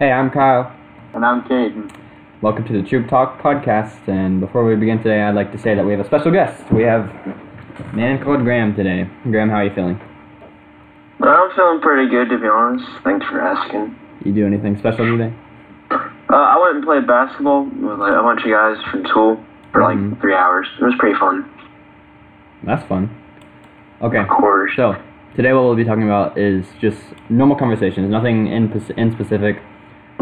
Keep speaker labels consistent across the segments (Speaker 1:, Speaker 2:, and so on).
Speaker 1: Hey, I'm Kyle.
Speaker 2: And I'm Caden.
Speaker 1: Welcome to the Tube Talk podcast. And before we begin today, I'd like to say that we have a special guest. We have a man called Graham today. Graham, how are you feeling?
Speaker 2: But I'm feeling pretty good, to be honest. Thanks for asking.
Speaker 1: You do anything special today?
Speaker 2: Uh, I went and played basketball with like, a bunch of guys from school for like
Speaker 1: Mhm.
Speaker 2: three hours. It was pretty fun.
Speaker 1: That's fun. Okay.
Speaker 2: Of course.
Speaker 1: So today, what we'll be talking about is just normal conversations. Nothing in pers- in specific.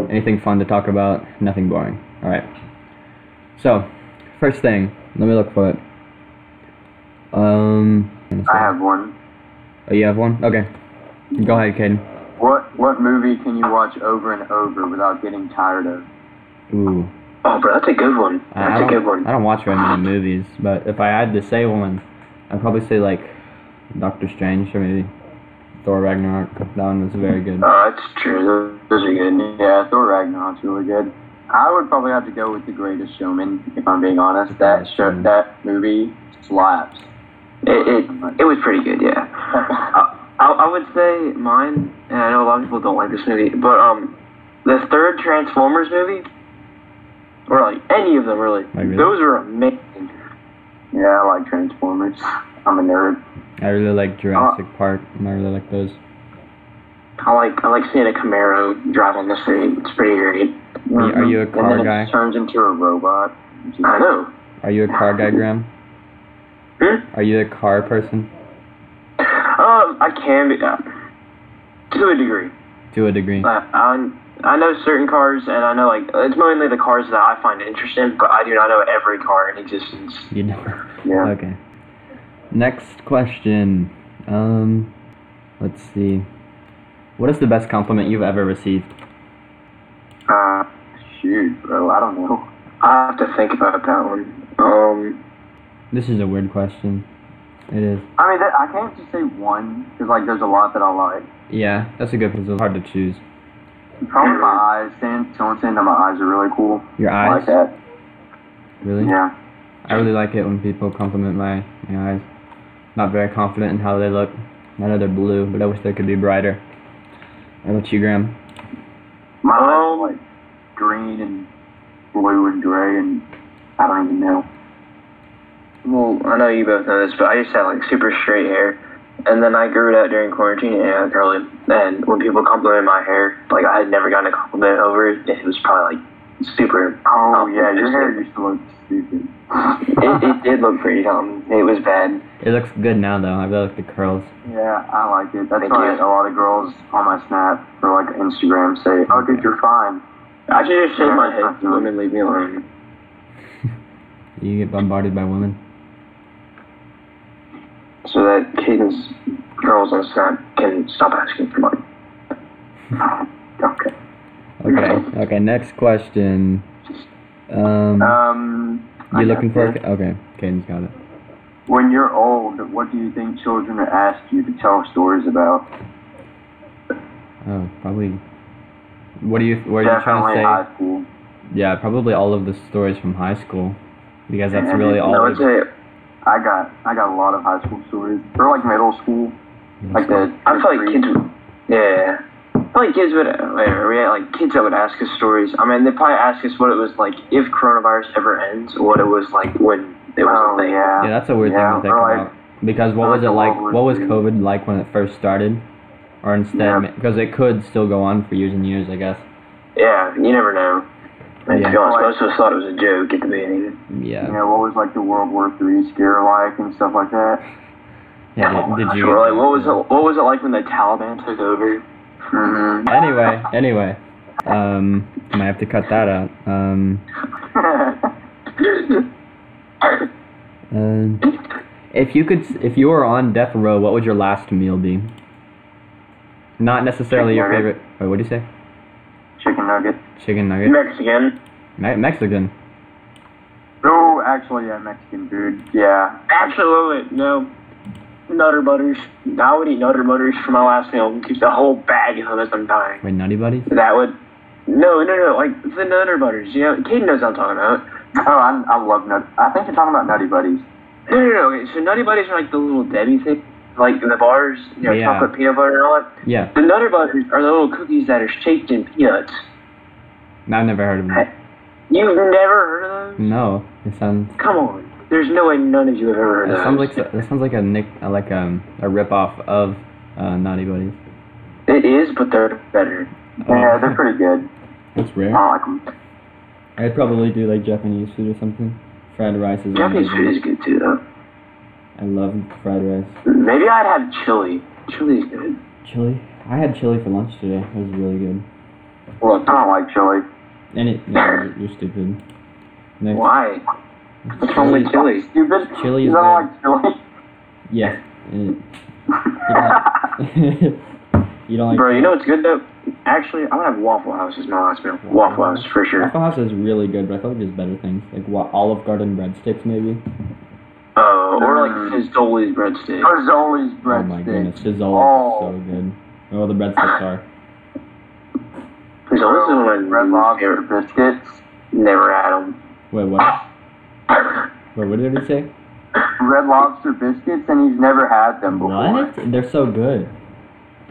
Speaker 1: Anything fun to talk about. Nothing boring. All right. So first thing, let me look for it. Um.
Speaker 2: I have one.
Speaker 1: Oh, you have one? Okay. Go ahead, Caden.
Speaker 3: What what movie can you watch over and over without getting tired of?
Speaker 1: Ooh.
Speaker 2: Oh, bro, that's a good one.
Speaker 1: I- I
Speaker 2: That's a
Speaker 1: don't-
Speaker 2: good one.
Speaker 1: I don't watch very many movies, but if I had to say one, I'd probably say like Doctor Strange or maybe Thor Ragnarok. That one was very good.
Speaker 2: Oh, that's true. Those those are good.
Speaker 3: Yeah, Thor Ragnarok's really good. I would probably have to go with The Greatest Showman if I'm being honest. That show, that movie slaps.
Speaker 2: It, it, it was pretty good, yeah. I, I, I would say mine, and I know a lot of people don't like this movie, but um, the third Transformers movie, or like any of them really,
Speaker 1: Like, really?
Speaker 2: those were amazing.
Speaker 3: Yeah, I like Transformers. I'm a nerd.
Speaker 1: I really like Jurassic
Speaker 3: Uh,
Speaker 1: Park, and I really like those.
Speaker 2: I like I like seeing a Camaro drive on the street. It's pretty great.
Speaker 1: Are you, are you a
Speaker 3: and then
Speaker 1: car
Speaker 3: it
Speaker 1: guy?
Speaker 3: turns into a robot. which is-
Speaker 2: I know.
Speaker 1: Are you a car guy, Graham?
Speaker 2: Hmm?
Speaker 1: Are you a car person?
Speaker 2: Um, I can be uh, to a degree.
Speaker 1: To a degree.
Speaker 3: Uh,
Speaker 2: I, I I know certain cars, and I know like it's mainly the cars that I find interesting, but I do not know every car in existence.
Speaker 1: You know.
Speaker 3: Yeah.
Speaker 1: Okay. Next question. Um, let's see. What is the best compliment you've ever received?
Speaker 3: Uh, shoot, bro. I don't know.
Speaker 2: I have to think about that one. Um,
Speaker 1: This is a weird question. It is.
Speaker 3: I mean, that, I can't just say one because like there's a lot that I like.
Speaker 1: Yeah, that's a good question. It's hard to choose.
Speaker 3: Probably Oh, my eyes. Saying someone saying that my eyes are really cool.
Speaker 1: Your
Speaker 3: I like
Speaker 1: eyes,
Speaker 3: that.
Speaker 1: really?
Speaker 3: Yeah.
Speaker 1: I really like it when people compliment my, my eyes. Not very confident in how they look. I know they're blue, but I wish they could be brighter. How about you, Graham?
Speaker 3: My
Speaker 2: Um,
Speaker 3: eyes are like green and blue and gray and I don't even know.
Speaker 2: well, I know you both know this, but I used to have like super straight hair, and then I grew it out during quarantine and I curly. And when people complimented my hair, like I had never gotten a compliment over it. It was probably like super.
Speaker 3: Oh
Speaker 2: Um,
Speaker 3: yeah, your
Speaker 2: it's-
Speaker 3: hair used to look stupid.
Speaker 2: It, it did look pretty dumb. It was bad.
Speaker 1: It looks good now, though. I really like the curls.
Speaker 3: yeah, I like it. That's
Speaker 2: Thank
Speaker 3: why
Speaker 2: you.
Speaker 3: a lot of girls on my snap or like Instagram say, "Oh, dude, you're fine."
Speaker 2: I should just shave my head. Women leave me alone.
Speaker 1: You get bombarded by women.
Speaker 2: so that Caden's girls on Snap can stop asking for money. Oh,
Speaker 3: Okay.
Speaker 1: Okay. Okay. Next question. Um,
Speaker 3: Um. I
Speaker 1: you
Speaker 3: got
Speaker 1: looking for? A,
Speaker 3: this.
Speaker 1: ca- okay. Caden's got it.
Speaker 3: When you're old, what do you think children are asked you to tell stories about?
Speaker 1: Oh, probably. What do you? What are you trying
Speaker 3: Definitely
Speaker 1: to say?
Speaker 3: high school.
Speaker 1: Yeah, probably all of the stories from high school, because that's
Speaker 2: Mm-hmm.
Speaker 3: Yeah,
Speaker 1: really
Speaker 3: no,
Speaker 1: all.
Speaker 2: I would
Speaker 1: of
Speaker 2: say
Speaker 3: I got I got a lot of high school stories. Or like middle school. Like the
Speaker 2: I feel like kids. would- Yeah, I feel like kids would. Wait, are we at, like kids that would ask us stories? I mean, they'd probably ask us what it was like if coronavirus ever ends, or what it was like when it was
Speaker 3: Oh
Speaker 2: a thing.
Speaker 3: yeah.
Speaker 1: Yeah, that's a weird thing
Speaker 3: Yeah,
Speaker 1: to think
Speaker 3: or like-
Speaker 1: about. Because what
Speaker 3: or
Speaker 1: was
Speaker 3: like
Speaker 1: it
Speaker 3: the
Speaker 1: like?
Speaker 3: World
Speaker 1: What
Speaker 3: War
Speaker 1: was
Speaker 3: II.
Speaker 1: COVID like when it first started, or
Speaker 3: Yeah.
Speaker 1: instead? Because it could still go on for years and years, I guess.
Speaker 2: Yeah, you never know. And
Speaker 1: Yeah.
Speaker 2: to be honest, most of us thought it was a joke at the beginning.
Speaker 1: Yeah.
Speaker 3: Yeah, what was like the World War Three scare like and stuff like that?
Speaker 1: yeah did, did you?
Speaker 2: Or, like, what was it? What was it like when the Taliban took over?
Speaker 3: Mm-hmm.
Speaker 1: Anyway, anyway, um, I might have to cut that out. Um. Um, if you could, if you were on death row, what would your last meal be? Not necessarily your
Speaker 3: Chicken
Speaker 1: favorite. Wait, what do you say?
Speaker 3: Chicken nugget.
Speaker 1: Chicken nugget.
Speaker 2: Mexican.
Speaker 1: Me- Mexican.
Speaker 3: No, Oh, actually, yeah, Mexican food. Yeah.
Speaker 2: Absolutely no. Nutter butters. I would eat nutter butters for my last meal. Keep the whole bag unless I'm dying.
Speaker 1: Wait, Nutty Buddies.
Speaker 2: That would. No, no, no. Like the nutter butters. You know, Caden knows what I'm talking about.
Speaker 3: Oh, I, I love nut. I think you're talking about Nutty Buddies.
Speaker 2: No, no, no. Okay, so nutty buddies are like the little Debbie thing, like the bars, you know,
Speaker 1: Yeah.
Speaker 2: chocolate peanut butter and all that.
Speaker 1: Yeah.
Speaker 2: The nutter butters are the little cookies that are shaped in peanuts.
Speaker 1: I've never heard of them.
Speaker 2: You've never heard of them?
Speaker 1: No, it sounds.
Speaker 2: Come on. There's no way none of you have ever heard
Speaker 1: That
Speaker 2: of
Speaker 1: sounds
Speaker 2: those.
Speaker 1: like that sounds like a nick uh, like um a ripoff of uh, Naughty Buddies.
Speaker 2: It is, but they're better.
Speaker 3: Yeah, they're pretty good.
Speaker 1: That's rare.
Speaker 3: I like 'em.
Speaker 1: I'd probably do like Japanese food or something. Fried rice is
Speaker 2: Japanese
Speaker 1: amazing.
Speaker 2: food is good too, though.
Speaker 1: I love fried rice.
Speaker 2: Maybe I'd have chili. Chili's good.
Speaker 1: Chili. I had chili for lunch today. It was really good.
Speaker 3: Look, I don't like chili.
Speaker 1: And it yeah, you're stupid. Next.
Speaker 2: Why? What's wrong with chili?
Speaker 3: Stupid.
Speaker 1: Chili
Speaker 3: You
Speaker 1: is
Speaker 3: don't like chili.
Speaker 1: Yeah. It- you, don't, you don't like
Speaker 2: Bro, you know what's good though? Actually, I'm gonna have Waffle House as my last meal. Waffle House for sure.
Speaker 1: Waffle House is really good, but I feel like there's better things. Like what Olive Garden breadsticks maybe.
Speaker 2: Oh, or like
Speaker 3: Mm.
Speaker 2: Fizzolis breadstick.
Speaker 3: Fazoli's
Speaker 1: Oh my goodness,
Speaker 3: breadsticks.
Speaker 1: Fizzola is so good. Oh, the breadsticks are.
Speaker 2: Fizzolis is one of
Speaker 3: Red
Speaker 2: my
Speaker 3: lobster
Speaker 2: favorite.
Speaker 3: biscuits.
Speaker 2: Never had them.
Speaker 1: Wait, what? Wait, what did he say?
Speaker 3: Red lobster biscuits, and he's never had them before.
Speaker 1: What? They're so good.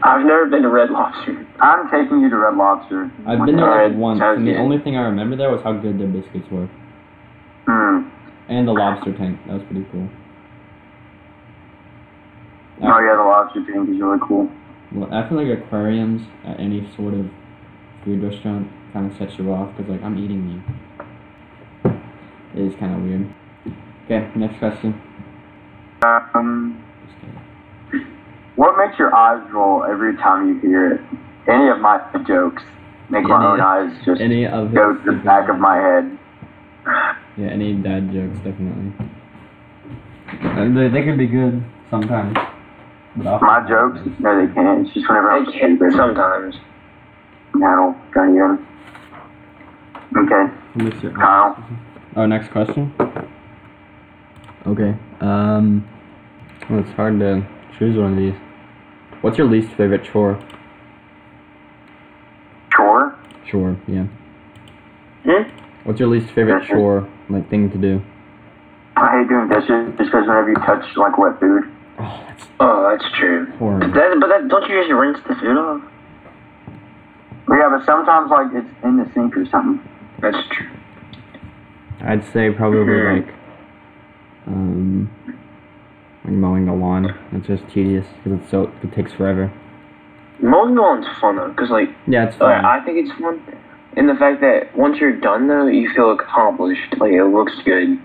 Speaker 2: I've never been to Red Lobster. Uh,
Speaker 3: I'm taking you to Red Lobster.
Speaker 1: I've been there
Speaker 2: Alright,
Speaker 1: like once,
Speaker 2: sounds
Speaker 1: and the
Speaker 2: good.
Speaker 1: only thing I remember there was how good their biscuits were,
Speaker 3: Hmm.
Speaker 1: and the lobster tank. That was pretty cool.
Speaker 3: Oh yeah, the lobster tank is really cool.
Speaker 1: Well, I feel like aquariums at any sort of food restaurant kind of sets you off because, like, I'm eating you. It is kind of weird. Okay, next question.
Speaker 3: Um, what makes your eyes roll every time you hear it? Any of my jokes make
Speaker 1: Any-
Speaker 3: my own eyes just
Speaker 1: Any of his
Speaker 3: go to the back of my head.
Speaker 1: yeah, any dad jokes definitely. And they, they can be good sometimes. but
Speaker 3: My
Speaker 1: often-
Speaker 3: jokes? No, they can't. It's just whenever
Speaker 2: I
Speaker 3: I'm
Speaker 2: can't
Speaker 3: stupid.
Speaker 2: sometimes.
Speaker 3: I don't got you. Okay,
Speaker 1: Who makes your
Speaker 3: Kyle.
Speaker 1: Oh, next question. Okay. Um, well, it's hard to choose one of these. What's your least favorite chore?
Speaker 3: Chore?
Speaker 1: Chore, yeah.
Speaker 2: Hmm?
Speaker 1: What's your least favorite
Speaker 3: Dishes.
Speaker 1: chore, like thing to do?
Speaker 3: I hate doing dishes just because whenever you touch like wet food.
Speaker 1: Oh, that's
Speaker 2: Oh, that's true. But
Speaker 1: horrible.
Speaker 2: that, but that, don't you just rinse the food off?
Speaker 3: But yeah, but sometimes like it's in the sink or something.
Speaker 2: That's true.
Speaker 1: I'd say probably
Speaker 3: Hmm.
Speaker 2: Mhm.
Speaker 1: like, um, like mowing the lawn. It's just tedious because it's so it takes forever.
Speaker 2: Mowing the lawn's fun though, cause like,
Speaker 1: Yeah,
Speaker 3: Oh,
Speaker 1: it's
Speaker 2: alright,
Speaker 1: fun.
Speaker 2: I think it's fun. In the fact that once you're done though, you feel accomplished. Like it looks good.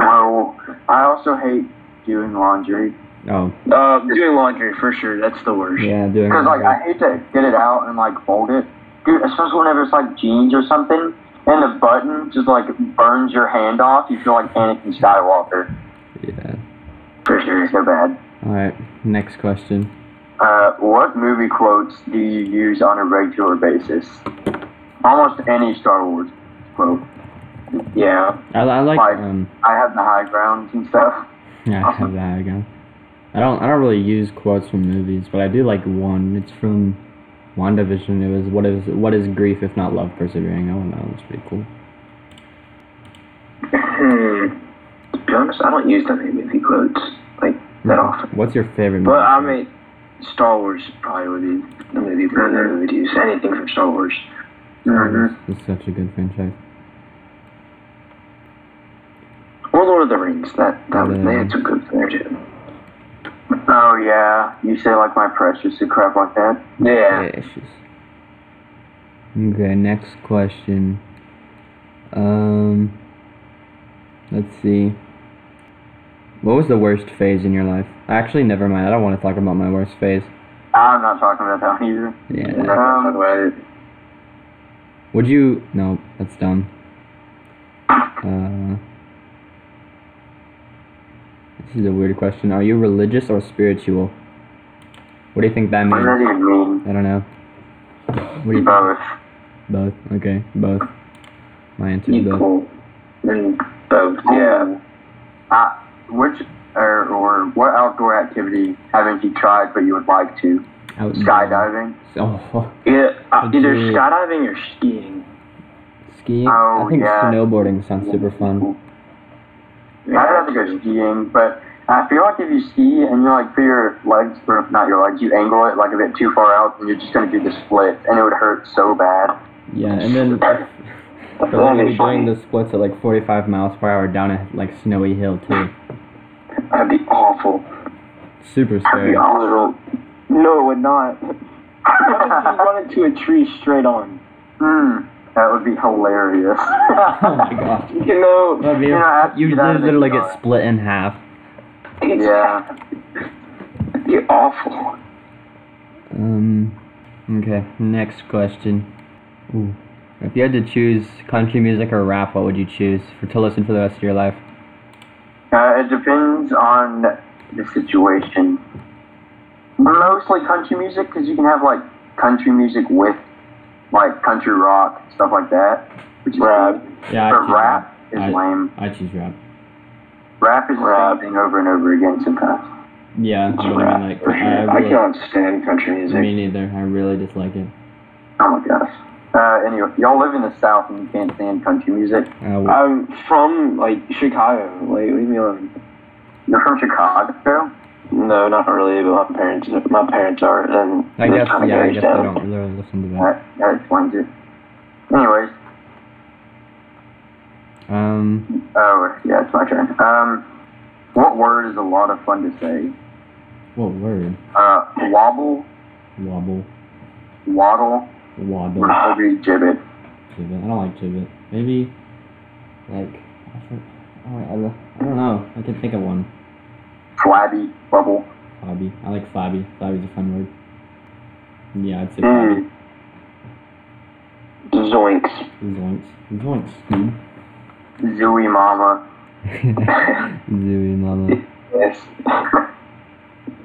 Speaker 3: Oh, I also hate doing laundry
Speaker 1: oh,
Speaker 2: Uh, doing laundry for sure. That's the worst.
Speaker 1: yeah, doing.
Speaker 3: because like
Speaker 1: laundry.
Speaker 3: I hate to get it out and like fold it, dude. Especially whenever it's like jeans or something, and the button just like burns your hand off. You feel like Anakin Skywalker.
Speaker 1: yeah.
Speaker 3: For sure, so bad.
Speaker 1: All right, next question.
Speaker 3: Uh, what movie quotes do you use on a regular basis? Almost any Star Wars quote.
Speaker 2: Yeah.
Speaker 1: I, I like
Speaker 3: Like-
Speaker 1: um.
Speaker 3: I have the high grounds and stuff.
Speaker 1: Yeah, I have that again. I don't I don't really use quotes from movies, but I do like one. It's from WandaVision. It was what is what is grief if not love persevering? That one that one's pretty cool.
Speaker 2: Hmm. To be honest, I don't use that many movie quotes like that often.
Speaker 1: What's your favorite movie?
Speaker 2: But I mean, Star Wars probably would be the movie that I would use. Anything from Star Wars.
Speaker 1: Star Wars is such a good franchise.
Speaker 2: Or Lord of the Rings. That that was they
Speaker 1: Yeah.
Speaker 2: had some good there too.
Speaker 3: Oh yeah, you say like my precious and crap like that.
Speaker 2: Yeah.
Speaker 1: Okay, next question. Um, let's see. What was the worst phase in your life? Actually, never mind. I don't want to talk about my worst phase.
Speaker 3: I'm not talking about that one either.
Speaker 2: I'm
Speaker 1: Yeah.
Speaker 2: not gonna talk about it.
Speaker 1: Would you? No, that's dumb. Uh, this is a weird question. Are you religious or spiritual? What do you think that
Speaker 3: What does that
Speaker 1: means?
Speaker 3: even mean?
Speaker 1: I don't know. What do you think?
Speaker 3: Both.
Speaker 1: Both. Okay, both. My answer is both.
Speaker 2: Equal. And both. Yeah.
Speaker 3: Uh, which or, or what outdoor activity haven't you tried but you would like to?
Speaker 2: Hmm.
Speaker 1: Out-
Speaker 3: Skydiving.
Speaker 1: Oh,
Speaker 2: Yeah, uh,
Speaker 1: Would
Speaker 2: either
Speaker 1: you-
Speaker 2: skydiving or skiing.
Speaker 1: skiing.
Speaker 3: Oh,
Speaker 1: I think
Speaker 3: yeah.
Speaker 1: snowboarding sounds super fun.
Speaker 3: I'd have to go skiing, but I feel like if you ski and you like put your legs or not your legs, you angle it like a bit too far out, and you're just gonna do the split, and it would hurt so bad.
Speaker 1: Yeah, and then
Speaker 2: That's
Speaker 1: they're
Speaker 2: gonna
Speaker 1: going
Speaker 2: be
Speaker 1: doing
Speaker 2: funny.
Speaker 1: the splits at like 45 miles per hour down a like snowy hill too.
Speaker 2: That'd be awful.
Speaker 1: Super
Speaker 2: That'd
Speaker 1: scary.
Speaker 2: be awful.
Speaker 4: No, it would not. Just run into a tree straight on.
Speaker 3: Hmm. That would be hilarious.
Speaker 1: Oh my god.
Speaker 4: You know,
Speaker 1: That'd be-
Speaker 3: You know, I have to
Speaker 1: you
Speaker 3: do that as a
Speaker 1: literally get
Speaker 3: child.
Speaker 1: split in half.
Speaker 3: yeah.
Speaker 2: That'd be awful.
Speaker 1: Um, okay, next question. Ooh. If you had to choose country music or rap, what would you choose for to listen for the rest of your life?
Speaker 3: Uh, it depends on the situation. Mostly country music, because you can have like country music with like country rock stuff like that, which is
Speaker 2: Rap.
Speaker 3: cool.
Speaker 1: Yeah,
Speaker 3: But rap is
Speaker 1: I-
Speaker 3: lame.
Speaker 1: I choose rap.
Speaker 3: Rap is the
Speaker 2: Rap.
Speaker 3: same thing over and over again sometimes.
Speaker 1: Yeah, but I
Speaker 2: Rap,
Speaker 1: mean, like,
Speaker 2: for sure.
Speaker 1: I
Speaker 2: I
Speaker 1: really,
Speaker 2: cannot stand country music.
Speaker 1: me neither. I really dislike it.
Speaker 3: Oh my gosh. Uh, anyway, y'all live in the South and you can't stand country music.
Speaker 1: Uh, well,
Speaker 4: I'm from like Chicago. Like, leave me alone.
Speaker 3: You're from Chicago?
Speaker 2: no, not really. But my parents, my parents are, and
Speaker 1: I
Speaker 2: they
Speaker 1: guess,
Speaker 2: kinda
Speaker 1: yeah, I
Speaker 2: goes
Speaker 1: guess I
Speaker 2: down.
Speaker 1: don't really listen to that.
Speaker 3: That, that explains it. Anyways,
Speaker 1: Um,
Speaker 3: oh, yeah, it's my turn. Um, what word is a lot of fun to say?
Speaker 1: what word?
Speaker 3: Uh, wobble,
Speaker 1: Wobble,
Speaker 3: waddle,
Speaker 1: wobble,
Speaker 3: or maybe gibbet.
Speaker 1: gibbet. I don't like gibbet. Maybe, like, I don't, I don't- I don't know. I can think of one.
Speaker 3: Flabby, bubble.
Speaker 1: Flabby. I like flabby. Flabby's a fun word. Yeah, I'd say flabby.
Speaker 2: Mm. Zoinks.
Speaker 1: Zoinks. Zoinks, dude.
Speaker 3: Zooey mama.
Speaker 1: Zooey mama.
Speaker 2: Yes. is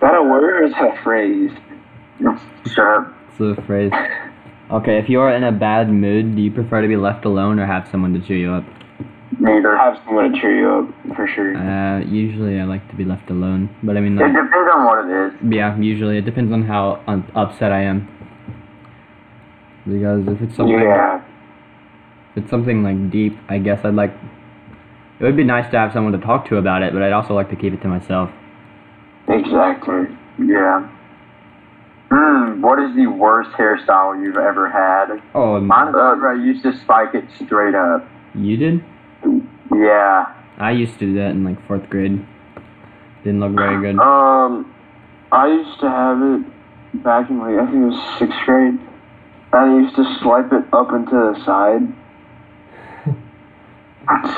Speaker 2: that a word or is that a phrase?
Speaker 3: Shut up.
Speaker 1: It's a phrase. Okay, if you are in a bad mood, do you prefer to be left alone or have someone to cheer you up?
Speaker 3: Neither.
Speaker 2: Have someone to cheer you up for sure.
Speaker 1: Uh, usually I like to be left alone, but I mean,
Speaker 3: It
Speaker 1: like,
Speaker 3: depends on what it is.
Speaker 1: yeah, usually it depends on how un- upset I am. Because if it's something,
Speaker 2: yeah.
Speaker 1: if it's something like deep, I guess I'd like. It would be nice to have someone to talk to about it, but I'd also like to keep it to myself.
Speaker 2: Exactly.
Speaker 3: Yeah. Hmm, what is the worst hairstyle you've ever had?
Speaker 1: Oh, m-
Speaker 3: Mine, uh, I used to spike it straight up.
Speaker 1: you did?
Speaker 3: Yeah.
Speaker 1: I used to do that in like fourth grade. Didn't look very good.
Speaker 2: Um, I used to have it back in like I think it was sixth grade. I used to swipe it up into the side.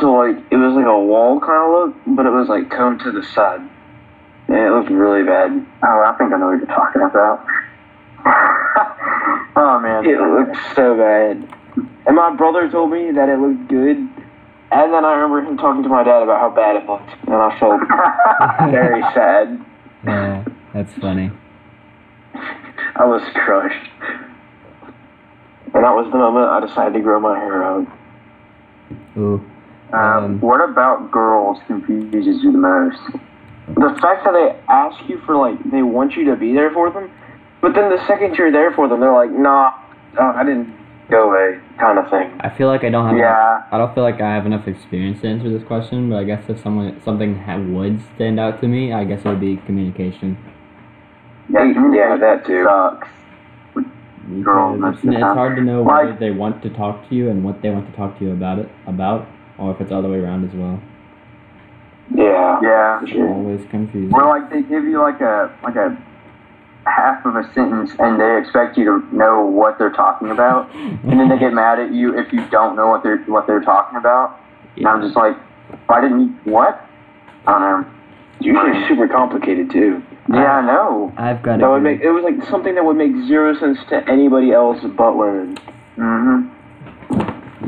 Speaker 2: so like it was like a wall kind of look, but it was like combed to the side. And it looked really bad.
Speaker 3: Oh, I think I know what you're talking about. oh man.
Speaker 2: It looked so bad. And my brother told me that it looked good. And then I remember him talking to my dad about how bad it looked, and I felt very sad.
Speaker 1: Oh, that's funny.
Speaker 2: I was crushed. And that was the moment I decided to grow my hair out.
Speaker 1: Ooh.
Speaker 3: um,
Speaker 1: Um,
Speaker 3: what about girls confuses you the most?
Speaker 2: The fact that they ask you for, like, they want you to be there for them, but then the second you're there for them, they're like, nah, uh, I didn't go away, kind of thing.
Speaker 1: I feel like I don't have.
Speaker 3: Yeah.
Speaker 1: Enough, I don't feel like I have enough experience to answer this question, but I guess if someone something ha- would stand out to me, I guess it would be communication.
Speaker 3: Yeah,
Speaker 2: Yeah, that too.
Speaker 3: sucks. Girl,
Speaker 1: Because it's,
Speaker 3: that's-
Speaker 1: it's hard to know
Speaker 3: Like-
Speaker 1: whether they want to talk to you and what they want to talk to you about it about, or if it's all the way around as well.
Speaker 2: Yeah.
Speaker 3: Yeah.
Speaker 2: For sure.
Speaker 1: Always confusing.
Speaker 3: Where like they give you like a like a half of a sentence and they expect you to know what they're talking about, and then they get mad at you if you don't know what they're what they're talking about. And I'm just like, why didn't you what? I
Speaker 2: Um,
Speaker 3: don't know.
Speaker 2: It's usually super complicated, too.
Speaker 3: Yeah, I know.
Speaker 1: I've got
Speaker 2: That would
Speaker 1: it.
Speaker 2: make, it was like something that would make zero sense to anybody else but Leonard.
Speaker 3: Mhm.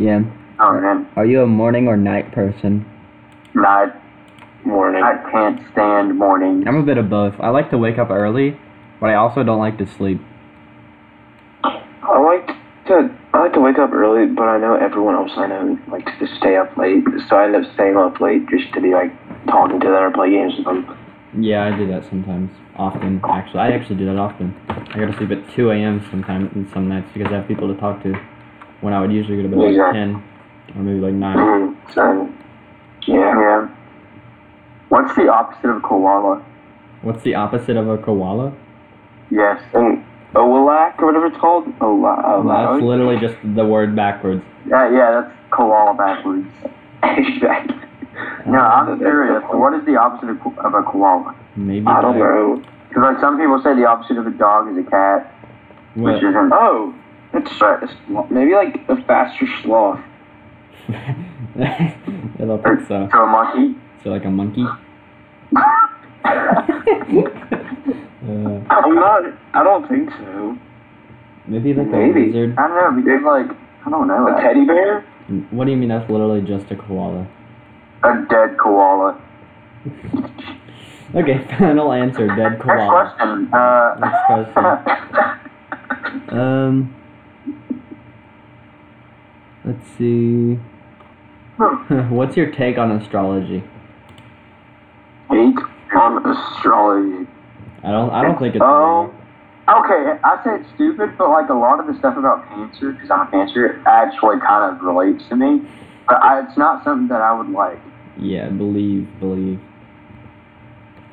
Speaker 1: Yeah.
Speaker 3: Oh man,
Speaker 1: Are you a morning or night person?
Speaker 3: Nah, I-
Speaker 2: Morning.
Speaker 3: I can't stand morning.
Speaker 1: I'm a bit of both. I like to wake up early, but I also don't like to sleep.
Speaker 2: I like to I like to wake up early, but I know everyone else I know likes to stay up late, so I end up staying up late just to be like talking to them or play games with them.
Speaker 1: Yeah, I do that sometimes. Often, actually, I actually do that often. I go to sleep at 2 a.m. sometimes and some nights because I have people to talk to. When I would usually go to bed like
Speaker 2: Yeah.
Speaker 1: 10 or maybe like 9.
Speaker 2: Mhm, so yeah,
Speaker 3: Yeah. What's the opposite of koala?
Speaker 1: What's the opposite of a koala?
Speaker 3: Yes.
Speaker 2: and
Speaker 4: Owalak or whatever it's called. Ola-
Speaker 3: oh,
Speaker 1: That's
Speaker 4: Ola-
Speaker 1: literally just the word backwards.
Speaker 3: Yeah, yeah, that's koala backwards.
Speaker 2: exactly.
Speaker 3: No, I'm
Speaker 2: That's
Speaker 3: serious.
Speaker 2: so funny.
Speaker 3: What is the opposite of, ko- of a koala?
Speaker 1: Maybe.
Speaker 2: I
Speaker 1: like-
Speaker 2: don't know.
Speaker 3: Because like some people say the opposite of a dog is a cat,
Speaker 1: What?
Speaker 3: which isn't.
Speaker 4: Oh, it's a sloth. maybe like a faster sloth.
Speaker 1: I don't think so.
Speaker 3: So a monkey.
Speaker 1: So like a monkey. uh,
Speaker 4: I'm not. I don't think so.
Speaker 1: maybe like a
Speaker 2: Maybe.
Speaker 1: lizard.
Speaker 3: I don't know because like I don't know.
Speaker 4: A teddy bear?
Speaker 1: What do you mean? That's literally just a koala.
Speaker 3: A dead koala.
Speaker 1: Okay, final answer. Dead
Speaker 3: Next
Speaker 1: koala.
Speaker 3: question. Uh,
Speaker 1: Next question. Um. Let's see.
Speaker 3: Hmm.
Speaker 1: What's your take on astrology?
Speaker 3: eight on astrology.
Speaker 1: I don't. I don't think it's.
Speaker 3: Um, okay, I say it's stupid, but like a lot of the stuff about cancer, because I'm a cancer, actually kind of relates to me. But I, it's not something that I would like.
Speaker 1: yeah, believe, believe.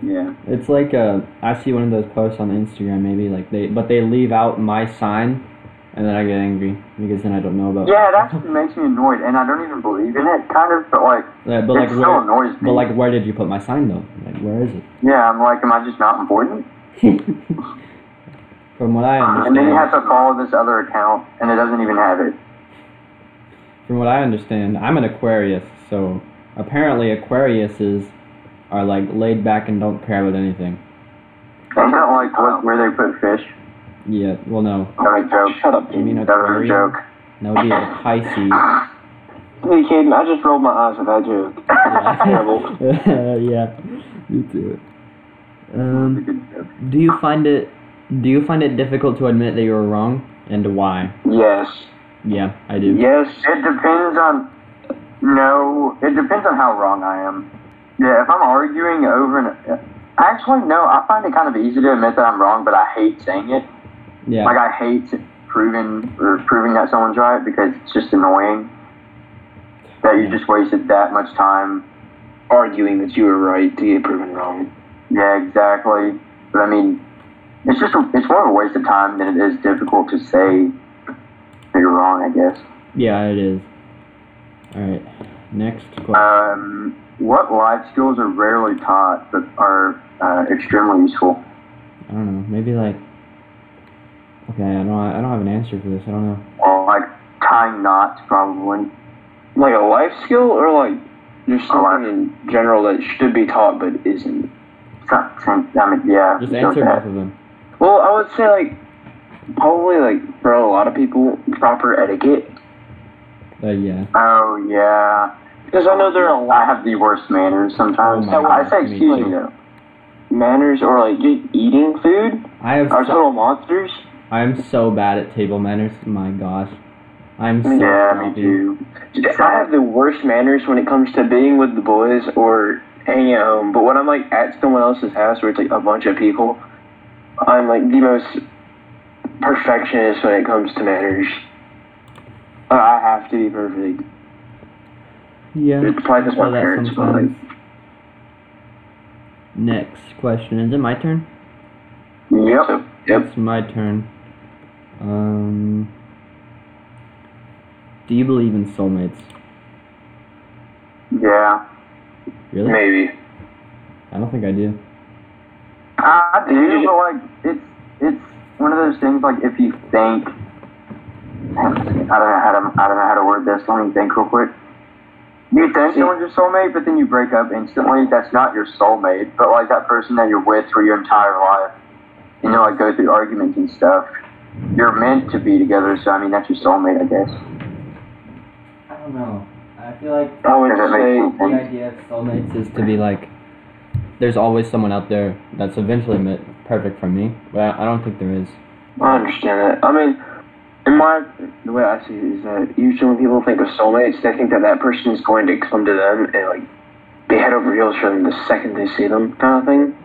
Speaker 3: Yeah.
Speaker 1: It's like uh, I see one of those posts on Instagram, maybe like they, but they leave out my sign, and then I get angry because then I don't know about.
Speaker 3: Yeah, it actually makes me annoyed, and I don't even believe in it, kind of. But like,
Speaker 1: Yeah, Uh, but
Speaker 3: it
Speaker 1: like
Speaker 3: still
Speaker 1: where,
Speaker 3: annoys me.
Speaker 1: but like where did you put my sign though? Like where is
Speaker 3: yeah, I'm like, am I just not important?
Speaker 1: it? from what I
Speaker 3: Uh, And then you have
Speaker 1: understand,
Speaker 3: to follow this other account, and it doesn't even have it.
Speaker 1: from what I understand, I'm an Aquarius, so apparently Aquariuses are like laid back and don't care about anything.
Speaker 3: Isn't that like what, where they put fish?
Speaker 1: Yeah, well no,
Speaker 3: That was a joke.
Speaker 4: Shut up,
Speaker 1: I mean
Speaker 4: Jaden.
Speaker 3: That was a
Speaker 1: Aquarius.
Speaker 3: joke.
Speaker 1: That would be a Pisces.
Speaker 4: Hey, Caden, I just rolled my eyes at that joke. Terrible.
Speaker 1: Yeah, yeah. me too. Um.
Speaker 3: It's a good joke.
Speaker 1: Do you find it do you find it difficult to admit that you were wrong and why?
Speaker 4: Yes.
Speaker 1: Yeah, I do.
Speaker 4: Yes.
Speaker 3: It depends on. No, it depends on how wrong I am. Yeah, if I'm arguing over and. Actually, no, I find it kind of easy to admit that I'm wrong, but I hate saying it.
Speaker 1: Yeah.
Speaker 3: Like, I hate proving or proving that someone's right because it's just annoying that you just wasted that much time.
Speaker 2: Arguing that you were right to get proven wrong.
Speaker 3: Yeah, exactly. But I mean, it's just a, it's more of a waste of time than it is difficult to say that you're wrong. I guess.
Speaker 1: yeah, it is. All right. Next question.
Speaker 3: Um, what life skills are rarely taught but are uh, extremely useful?
Speaker 1: I don't know. Maybe like Okay, I don't I don't have an answer for this. I don't know.
Speaker 3: Well, like tying knots, probably.
Speaker 2: Like a life skill or like just
Speaker 3: A life-
Speaker 2: something in general that should be taught but isn't?
Speaker 3: It's not the same- I mean, yeah.
Speaker 1: Just
Speaker 3: go with
Speaker 1: answer
Speaker 3: that.
Speaker 1: both of them.
Speaker 2: Well, I would say like probably like for a lot of people proper etiquette
Speaker 1: Uh, yeah.
Speaker 3: Oh yeah.
Speaker 2: because I know there are a
Speaker 3: I
Speaker 2: lot
Speaker 3: have the worst manners sometimes.
Speaker 1: Oh my
Speaker 3: I say
Speaker 1: gosh, me
Speaker 3: excuse
Speaker 1: too.
Speaker 3: me though.
Speaker 2: of manners or like just eating food
Speaker 1: I have
Speaker 2: are
Speaker 1: so,
Speaker 2: total monsters.
Speaker 1: I am so bad at table manners. My gosh. I'm so
Speaker 3: Yeah, me
Speaker 1: sloppy.
Speaker 3: too.
Speaker 2: I have the worst manners when it comes to being with the boys or hanging at home. But when I'm like at someone else's house where it's like a bunch of people, I'm like the most perfectionist when it comes to manners. Uh, I have to be perfect.
Speaker 1: Yeah.
Speaker 2: It's probably just
Speaker 1: I feel
Speaker 2: my
Speaker 1: that
Speaker 2: parents, but like,
Speaker 1: sometimes. Next question. Is it my turn?
Speaker 3: Yep.
Speaker 2: so, yep.
Speaker 1: It's my turn. Um, do you believe in soulmates?
Speaker 3: Yeah.
Speaker 1: Really?
Speaker 2: Maybe.
Speaker 1: I don't think I do.
Speaker 3: I do,
Speaker 2: Dude.
Speaker 3: but like it's it's one of those things. Like if you think, I don't know how to I don't know how to word this. Let me think real quick. You think
Speaker 2: See-
Speaker 3: someone's your soulmate, but then you break up instantly. That's not your soulmate, but like that person that you're with for your entire life. You know, like go through arguments and stuff. You're meant to be together, so I mean that's your soulmate, I guess.
Speaker 1: I don't know. I feel like
Speaker 2: I would
Speaker 3: Does that make
Speaker 2: say
Speaker 3: sense?
Speaker 1: the idea of soulmates is to be like, there's always someone out there that's eventually mi- perfect for me, but I, I don't think there is.
Speaker 2: I understand that. I mean, in my the way I see it is that usually when people think of soulmates, they think that that person is going to come to them and like be head over heels for them the second they see them, kind of thing.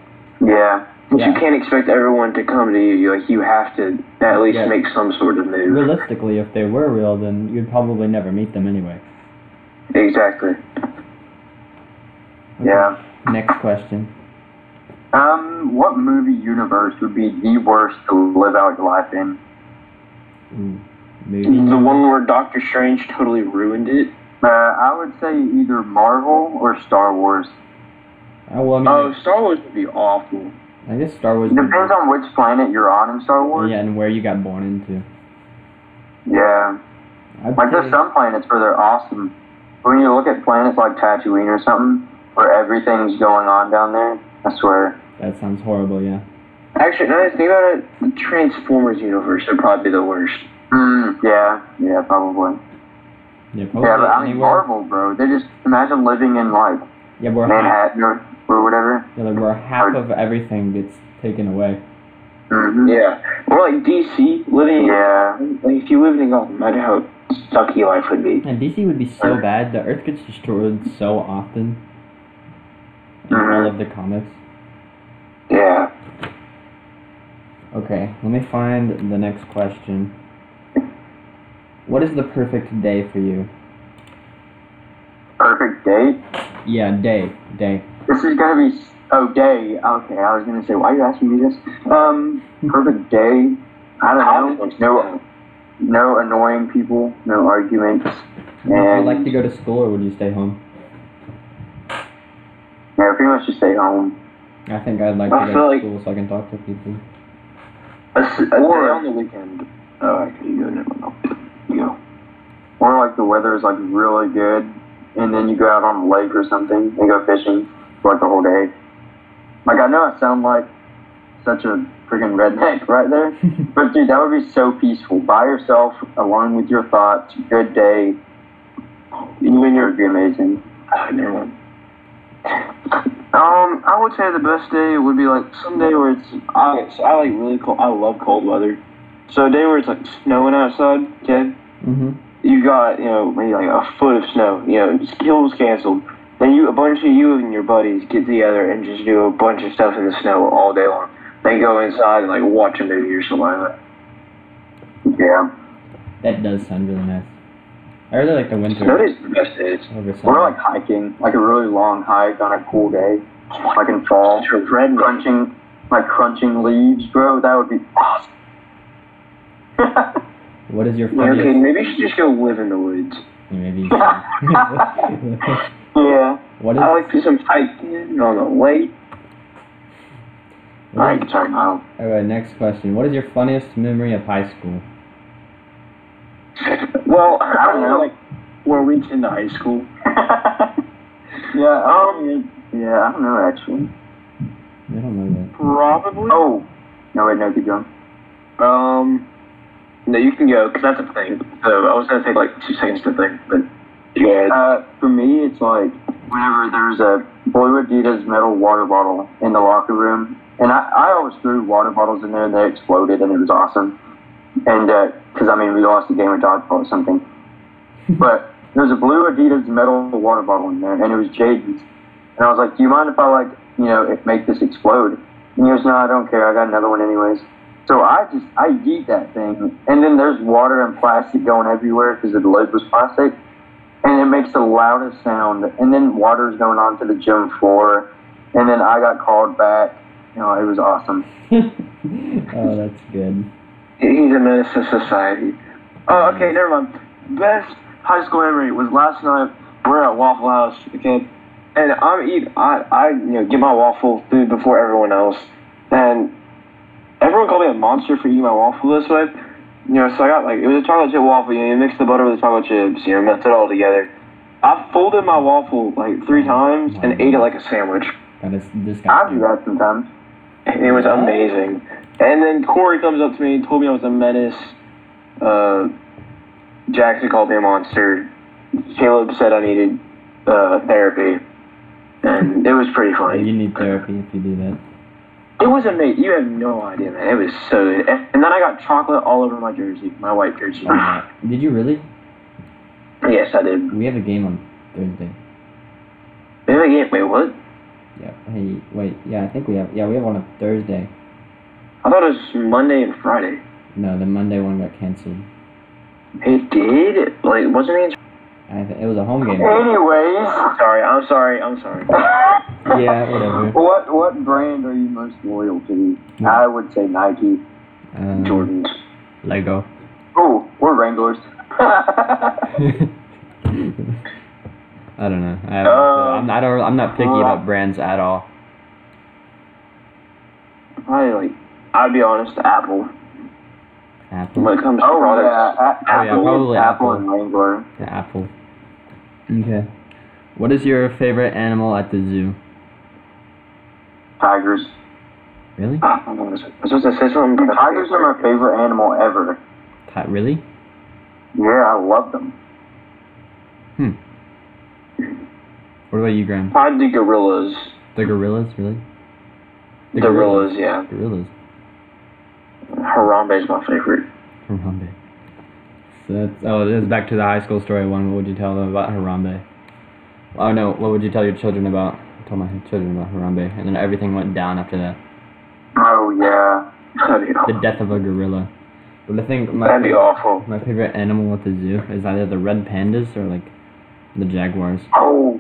Speaker 3: Yeah.
Speaker 2: But you
Speaker 1: Yeah.
Speaker 2: can't expect everyone to come to you. Like you have to at least
Speaker 1: Yeah.
Speaker 2: make some sort of move.
Speaker 1: Realistically, if they were real, then you'd probably never meet them anyway.
Speaker 2: Exactly.
Speaker 1: Okay,
Speaker 3: Yeah.
Speaker 1: Next question.
Speaker 3: Um, what movie universe would be the worst to live out your life in?
Speaker 1: Ooh, maybe.
Speaker 2: The one where Doctor Strange totally ruined it.
Speaker 3: Uh, I would say either Marvel or Star Wars.
Speaker 1: Oh, well, I mean,
Speaker 2: Oh, Star Wars would be awful.
Speaker 1: I guess Star Wars. would be-
Speaker 3: Depends on which planet you're on in Star Wars.
Speaker 1: Yeah, and where you got born into.
Speaker 3: Yeah.
Speaker 1: I'd
Speaker 3: Like there's
Speaker 1: say-
Speaker 3: some planets where they're awesome. When you look at planets like Tatooine or something, where everything's going on down there, I swear.
Speaker 1: that sounds horrible. Yeah.
Speaker 2: Actually, now that I think about it, the Transformers universe would probably be the worst.
Speaker 3: Mm, yeah, yeah, probably.
Speaker 1: Yeah. Probably
Speaker 3: Yeah, but I mean
Speaker 1: anywhere-
Speaker 3: Marvel, bro. They just imagine living in like
Speaker 1: Yeah, where half,
Speaker 3: Manhattan or, or whatever.
Speaker 1: yeah, like where half of everything gets taken away.
Speaker 3: hmm
Speaker 2: Yeah. Or like DC, living.
Speaker 3: Yeah.
Speaker 2: Like if you lived in Gotham, I know how sucky your life would be.
Speaker 1: And DC would be so bad. The Earth gets destroyed so often. In all of the comics.
Speaker 3: Yeah.
Speaker 1: Okay, let me find the next question. What is the perfect day for you?
Speaker 3: Perfect date.
Speaker 1: Yeah, day, day.
Speaker 3: This is gonna be oh day. Okay, I was gonna say why are you asking me this? Um, perfect day. I don't know. No, no annoying people. No arguments.
Speaker 1: Would you
Speaker 3: And
Speaker 1: like to go to school or would you stay home?
Speaker 3: yeah, pretty much just stay home.
Speaker 1: I think I'd like
Speaker 2: I
Speaker 1: to
Speaker 2: feel
Speaker 1: go to
Speaker 2: like-
Speaker 1: school so I can talk to people.
Speaker 2: A s- a day
Speaker 3: Or-
Speaker 2: on the weekend. Oh, actually, you go never know. You go.
Speaker 3: Or like the weather is like really good, and then you go out on the lake or something and go fishing for like the whole day. Like I know I sound like such a freaking redneck right there, but dude, that would be so peaceful by yourself, alone with your thoughts. Good day. When you're be amazing.
Speaker 2: Oh, never mind. Um, I would say the best day would be like some day where it's I, so I like really cold. I love cold weather. So a day where it's like snowing outside. Okay,
Speaker 1: Mm-hmm.
Speaker 2: you got you know maybe like a foot of snow. You know, just kills canceled. Then you a bunch of you and your buddies get together and just do a bunch of stuff in the snow all day long. Then go inside and like watch a movie or something like that.
Speaker 3: Yeah.
Speaker 1: That does sound really nice. I really like the
Speaker 2: Snow
Speaker 1: winter
Speaker 2: days are the best days.
Speaker 1: over summer.
Speaker 3: Or like hiking, like a really long hike on a cool day, like in fall.
Speaker 2: Such a redneck.
Speaker 3: Crunching, like crunching leaves, bro. That would be awesome.
Speaker 1: what is your
Speaker 2: Yeah,
Speaker 1: funniest?
Speaker 2: okay, maybe you should just go live in the woods.
Speaker 1: Maybe. you can.
Speaker 2: Yeah,
Speaker 1: what is?
Speaker 2: I like to do some hiking on the lake.
Speaker 1: what is-
Speaker 3: Like, sorry, Kyle.
Speaker 1: all right, next question. What is your funniest memory of high school?
Speaker 2: Well, I don't
Speaker 3: don't know.
Speaker 2: know, like, were we into high school?
Speaker 3: yeah, um, yeah, I don't know actually.
Speaker 1: I don't know that.
Speaker 2: Probably.
Speaker 3: Oh, no, wait, no, keep going.
Speaker 2: Um, no, you can go, because that's a thing. So I was going to take, like, two seconds to think, but... Yeah.
Speaker 3: Uh, for me, it's like whenever there's a blue Adidas metal water bottle in the locker room, and I, I always threw water bottles in there and they exploded, and it was awesome. And because I mean, we lost the game of dodgeball or something, but there was a blue Adidas metal water bottle in there, and it was Jaden's. And I was like, "Do you mind if I like you know if- make this explode?" And he goes, "No, I don't care. I got another one anyways." So I just I yeet that thing, and then there's water and plastic going everywhere because the lid was plastic and it makes the loudest sound. And then water's going onto the gym floor, and then I got called back. You know, it was awesome.
Speaker 1: oh, that's good.
Speaker 2: He's a menace to society. Oh, okay, never mind. Best high school memory was last night. We're at Waffle House, okay, and I'm eat. I, I, you know, get my waffle food before everyone else, and everyone called me a monster for eating my waffle this way. You know, so I got like it was a chocolate chip waffle. You know, you mix the butter with the chocolate chips. You know, mix it all together. I folded my waffle like three times and ate it like a sandwich.
Speaker 1: That is
Speaker 3: I do
Speaker 1: disgusting.
Speaker 3: that sometimes.
Speaker 2: It was amazing. And then Corey comes up to me and told me I was a menace. Uh, Jackson called me a monster. Caleb said I needed uh, therapy. And it was pretty
Speaker 1: Yeah,
Speaker 2: funny.
Speaker 1: You need therapy if you do that.
Speaker 2: It was amazing. You have no idea, man. It was so good. And and then I got chocolate all over my jersey, my white jersey.
Speaker 1: Uh, Did you really?
Speaker 2: yes, I did.
Speaker 1: We have a game on Thursday.
Speaker 2: Maybe I get- wait, what?
Speaker 1: Yeah. Hey, wait. Yeah, I think we have. Yeah, we have one on Thursday.
Speaker 2: I thought it was Monday and Friday.
Speaker 1: No, the Monday one got canceled.
Speaker 2: It did? Like, wasn't it?
Speaker 1: I I think it was a home game.
Speaker 3: Anyways,
Speaker 2: Sorry, I'm sorry, I'm sorry.
Speaker 1: Yeah, whatever.
Speaker 3: what what brand are you most loyal to?
Speaker 1: Hmm.
Speaker 3: I would say Nike,
Speaker 1: Um,
Speaker 3: Jordan.
Speaker 1: Lego.
Speaker 3: Oh, we're Wranglers. Oh,
Speaker 1: I don't know. I haven't,
Speaker 3: Uh,
Speaker 1: I'm, I don't. I'm not picky
Speaker 3: uh,
Speaker 1: about brands at all.
Speaker 2: Probably like, I'd be honest, Apple.
Speaker 1: Apple.
Speaker 2: When it comes to
Speaker 3: oh
Speaker 2: products,
Speaker 3: yeah, a-
Speaker 1: Oh, yeah,
Speaker 3: Apple,
Speaker 1: probably Apple.
Speaker 3: Apple, and Wrangler.
Speaker 1: The Apple. Okay. What is your favorite animal at the zoo?
Speaker 3: Tigers.
Speaker 1: Really?
Speaker 2: I don't know, I was supposed to say something. but-
Speaker 3: Tigers are my favorite animal ever.
Speaker 1: Ti- really?
Speaker 3: Yeah, I love them.
Speaker 1: Hmm. What about you, Graham?
Speaker 2: I'd do gorillas.
Speaker 1: The gorillas, really? The
Speaker 2: gorillas, yeah.
Speaker 1: Gorillas.
Speaker 2: Harambe is my favorite.
Speaker 1: Harambe. So that's, oh, this is back to the high school story one. What would you tell them about Harambe? Oh no, what would you tell your children about? I told my children about Harambe, and then everything went down after that.
Speaker 3: Oh yeah.
Speaker 2: That'd be
Speaker 1: The
Speaker 2: awful.
Speaker 1: death of a gorilla. But I think my
Speaker 2: That'd be
Speaker 1: favorite-
Speaker 2: awful.
Speaker 1: My favorite animal at the zoo is either the red pandas or like the jaguars.
Speaker 3: Oh,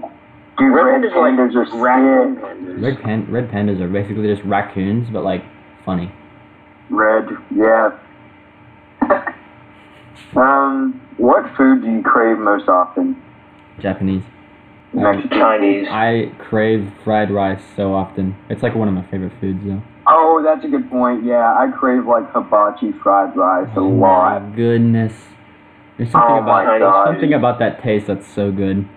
Speaker 3: dude, red,
Speaker 2: Red pandas are
Speaker 3: pandas
Speaker 2: like
Speaker 3: are
Speaker 2: raccoon
Speaker 3: sick.
Speaker 2: pandas.
Speaker 1: Red pan red pandas are basically just raccoons, but like funny.
Speaker 3: Red, yeah. um, what food do you crave most often?
Speaker 1: Japanese.
Speaker 2: Like Chinese.
Speaker 1: I crave fried rice so often. It's like one of my favorite foods though.
Speaker 3: Oh, that's a good point. Yeah, I crave like hibachi fried rice a lot.
Speaker 1: my goodness. There's something
Speaker 3: Oh my
Speaker 1: about there's
Speaker 3: God.
Speaker 1: something about that taste that's so good.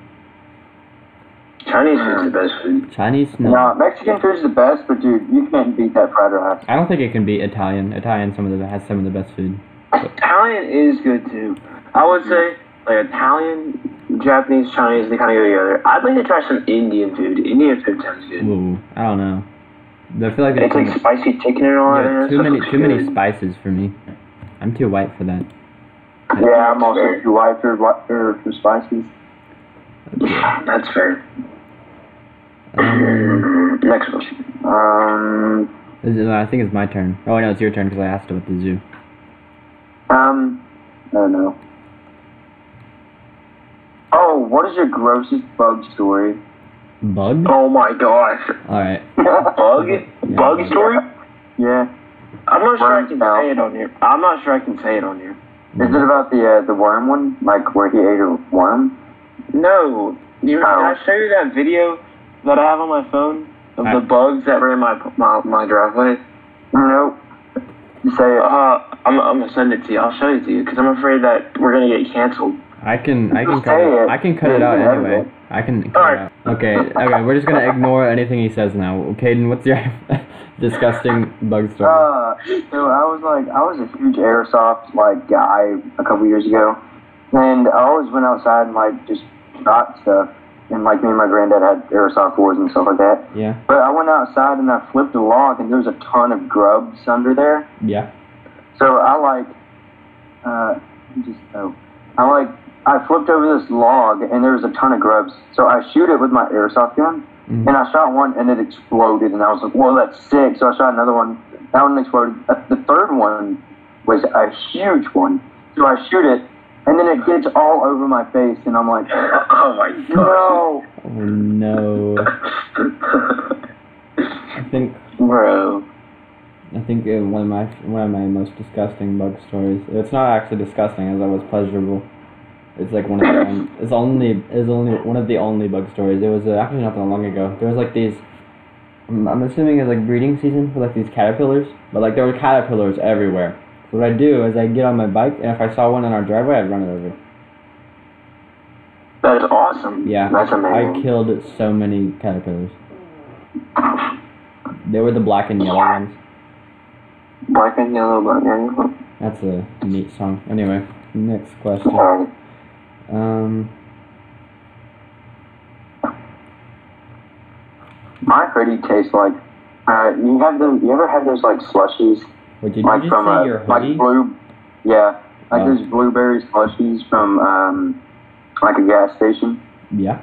Speaker 2: Chinese is the best food.
Speaker 1: Chinese no.
Speaker 3: No, Mexican food's the best, but dude, you can't beat that fried rice.
Speaker 1: I don't think it can be Italian. Italian some of the has some of the best food.
Speaker 2: Italian is good too. I would say like Italian, Japanese, Chinese, they kind of go together. I'd like to try some Indian food. Indian food sounds good.
Speaker 1: Ooh, I don't know. I feel like there's
Speaker 2: It's like
Speaker 1: some-
Speaker 2: spicy chicken and all
Speaker 1: yeah,
Speaker 2: that.
Speaker 1: too
Speaker 2: stuff
Speaker 1: many
Speaker 2: looks
Speaker 1: too many
Speaker 2: good.
Speaker 1: spices for me. I'm too white for that.
Speaker 3: Yeah, I'm
Speaker 2: Fair.
Speaker 3: also too white for, wi- for, for spices.
Speaker 2: Yeah, that's fair.
Speaker 1: Um,
Speaker 2: Mm, Next question.
Speaker 3: Um,
Speaker 1: This is- I think it's my turn. Oh, no, it's your turn because I asked about the zoo.
Speaker 3: um, I don't know. Oh, what is your grossest bug story?
Speaker 1: Bug?
Speaker 2: Oh my gosh.
Speaker 1: Alright.
Speaker 2: Bug? Bug story?
Speaker 3: yeah.
Speaker 2: I'm not sure I can
Speaker 3: Worm
Speaker 2: say it on here. I'm not sure I can say it on here.
Speaker 3: Is it about the uh, the worm one? Like where he ate a worm?
Speaker 2: No. You, Did
Speaker 3: Oh.
Speaker 2: I show you that video that I have on my phone of
Speaker 1: I-
Speaker 2: the bugs that were in my my, my driveway?
Speaker 3: Nope. You say it.
Speaker 2: Uh, I'm, I'm gonna send it to you. I'll show it to you because I'm afraid that we're gonna get canceled.
Speaker 1: I can I can
Speaker 3: Just
Speaker 1: cut
Speaker 3: say
Speaker 1: it.
Speaker 3: it.
Speaker 1: I can cut it
Speaker 3: You
Speaker 1: out
Speaker 3: can edit
Speaker 1: anyway.
Speaker 3: it.
Speaker 1: I can cut it
Speaker 2: Alright.
Speaker 1: out. Okay, okay, we're just gonna ignore anything he says now. Caden, what's your disgusting bug story?
Speaker 3: Uh, so I was like, I was a huge airsoft like guy a couple years ago, and I always went outside and like just shot stuff, and like me and my granddad had airsoft wars and stuff like that.
Speaker 1: Yeah,
Speaker 3: But I went outside and I flipped a log, and there was a ton of grubs under there.
Speaker 1: yeah.
Speaker 3: So I like, uh, just oh, I like, I flipped over this log and there was a ton of grubs. So I shoot it with my airsoft gun,
Speaker 1: Mhm.
Speaker 3: and I shot one and it exploded, and I was like, "Whoa, that's sick!" So I shot another one. That one exploded. Uh, The third one was a huge one. So I shoot it, and then it gets all over my face, and I'm like,
Speaker 2: oh my
Speaker 3: "No,
Speaker 1: Oh no. I think
Speaker 2: Bro.
Speaker 1: I think uh, one of my one of my most disgusting bug stories. It's not actually disgusting as I was pleasurable. It's like one of the on- it's only it's only one of the only bug stories. It was uh, actually not that long ago. There was like these. I'm I'm assuming it's like breeding season for like these caterpillars, but like there were caterpillars everywhere. So what I do is I get on my bike, and if I saw one in our driveway, I'd run it over.
Speaker 2: That is awesome.
Speaker 1: Yeah,
Speaker 2: That's
Speaker 1: I
Speaker 2: amazing.
Speaker 1: killed so many caterpillars. They were the black and yellow ones.
Speaker 2: Black and yellow, black and yellow.
Speaker 1: That's a neat song. Anyway, next question.
Speaker 2: Alright.
Speaker 1: Um,
Speaker 3: my hoodie tastes like." Uh, you have the, you ever have those like slushies?
Speaker 1: wait, did
Speaker 3: like
Speaker 1: you just
Speaker 3: from
Speaker 1: say
Speaker 3: uh,
Speaker 1: your hoodie?
Speaker 3: like blue, yeah, like
Speaker 1: Oh.
Speaker 3: those blueberry slushies from um, like a gas station.
Speaker 1: yeah,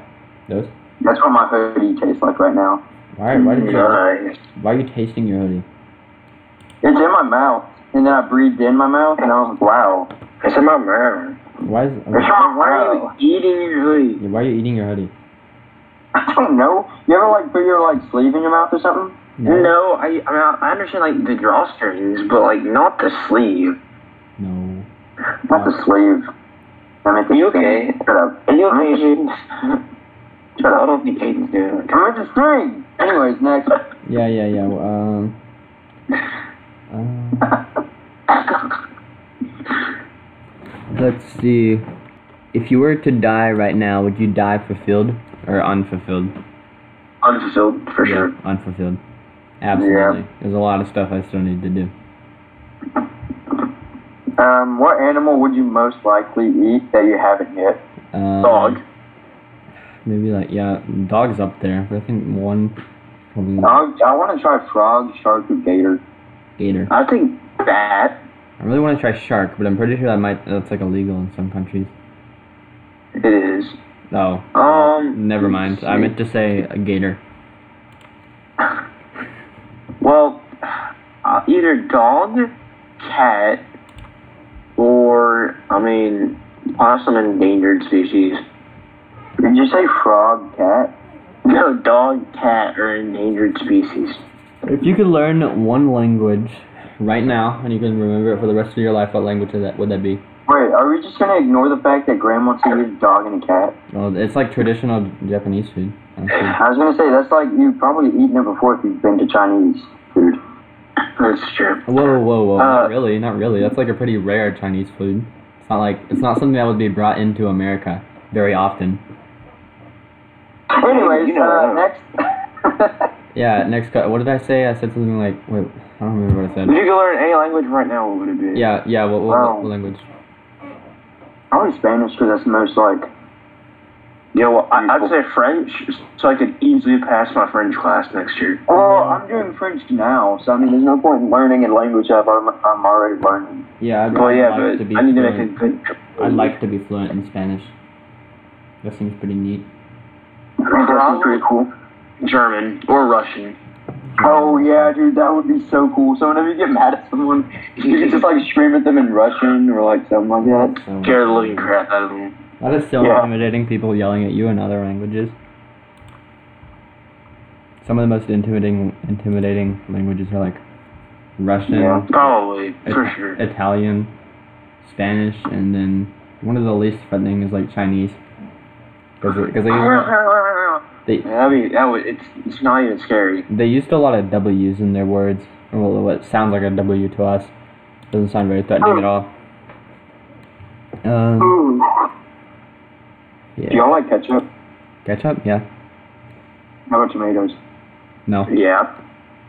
Speaker 1: those.
Speaker 3: That's what my hoodie tastes like right now.
Speaker 1: Why? Why did you?
Speaker 2: Nice.
Speaker 1: Why are you tasting your hoodie?
Speaker 3: It's in my mouth, and then I breathed in my mouth, and I was like, wow.
Speaker 2: It's in my mouth.
Speaker 1: Why is okay.
Speaker 3: Rashawn,
Speaker 2: Why
Speaker 3: why
Speaker 2: are you eating your hoodie?
Speaker 1: why are you eating your hoodie?
Speaker 3: I don't know. You ever like put your like sleeve in your mouth or something?
Speaker 2: No, I, I mean, I I understand like the drawstrings, but like not the sleeve.
Speaker 1: No.
Speaker 3: Not the sleeve. I mean,
Speaker 2: Are you okay?
Speaker 3: Shut up.
Speaker 2: Are you okay, Jaden?
Speaker 3: Shut
Speaker 2: I
Speaker 3: up.
Speaker 2: don't think Jaden's doing it.
Speaker 3: I'm just string. Anyways, next.
Speaker 1: Yeah, yeah, yeah. well, Um. uh, let's see. If you were to die right now, would you die fulfilled or unfulfilled?
Speaker 2: Unfulfilled for sure.
Speaker 1: Yeah, unfulfilled. Absolutely. There's a lot of stuff I still need to do.
Speaker 3: Um, what animal would you most likely eat that you haven't yet?
Speaker 1: Um,
Speaker 2: Dog.
Speaker 1: Maybe like yeah, dog's up there. But I think one probably
Speaker 3: Dog. I want to try frog, shark, or gator.
Speaker 1: gator.
Speaker 2: I think bat.
Speaker 1: I really want to try shark, but I'm pretty sure that might that's like illegal in some countries.
Speaker 2: It is.
Speaker 1: Oh,
Speaker 2: Um.
Speaker 1: never mind. I meant to say a gator.
Speaker 2: Well, uh, either dog, cat, or I mean, possum endangered species.
Speaker 3: Did you say frog, cat?
Speaker 2: No, dog, cat, or endangered species.
Speaker 1: If you could learn one language right now and you can remember it for the rest of your life, what language is that would that be?
Speaker 3: Wait, are we just gonna ignore the fact that Graham wants to eat a dog and a cat?
Speaker 1: Well, it's like traditional Japanese food. honestly.
Speaker 3: I was gonna say that's like you've probably eaten it before if you've been to Chinese food.
Speaker 2: That's true.
Speaker 1: Whoa, whoa, whoa!
Speaker 2: Uh,
Speaker 1: not really, not really. That's like a pretty rare Chinese food. It's not like it's not something that would be brought into America very often.
Speaker 3: Anyways,
Speaker 2: You know
Speaker 3: uh,
Speaker 2: that.
Speaker 3: next.
Speaker 1: Yeah, next cut. What did I say? I said something like, wait, I don't remember what I
Speaker 2: If
Speaker 1: said.
Speaker 2: you could learn any language right now, what would it be?
Speaker 1: Yeah, yeah. What, what, what language?
Speaker 3: Probably Spanish because that's the most like.
Speaker 2: Yeah, well, I, I'd say French, so I could easily pass my French class next year.
Speaker 3: Well, Oh, I'm doing French now, so I mean, there's no point in learning a language I've, I'm, I'm already learning.
Speaker 1: Yeah, I'd,
Speaker 2: Well,
Speaker 1: I'd
Speaker 2: Oh, yeah,
Speaker 1: like
Speaker 2: but
Speaker 1: to be
Speaker 2: I need to
Speaker 1: fluent.
Speaker 2: make a good.
Speaker 1: I'd like to be fluent in Spanish. That seems pretty neat.
Speaker 3: That's pretty cool.
Speaker 2: German or Russian.
Speaker 3: Oh yeah, dude, that would be so cool. So whenever you get mad at someone, you can just like scream at them in Russian or like something like that.
Speaker 1: So,
Speaker 2: Scared the living crap out of them.
Speaker 1: that is so
Speaker 3: Yeah.
Speaker 1: intimidating. People yelling at you in other languages. Some of the most intimidating, intimidating languages are like Russian,
Speaker 3: Yeah.
Speaker 2: Probably,
Speaker 1: It-
Speaker 2: for sure.
Speaker 1: Italian, Spanish, and then one of the least threatening is like Chinese. Because they, use
Speaker 2: Uh,
Speaker 1: a lot- they,
Speaker 2: I mean, that would, it's it's not even scary.
Speaker 1: they used a lot of W's in their words. Well, what sounds like a W to us doesn't sound very threatening at all. Um,
Speaker 3: Do
Speaker 1: yeah.
Speaker 3: y'all like ketchup?
Speaker 1: Ketchup? Yeah.
Speaker 3: How about tomatoes?
Speaker 1: No.
Speaker 2: Yeah,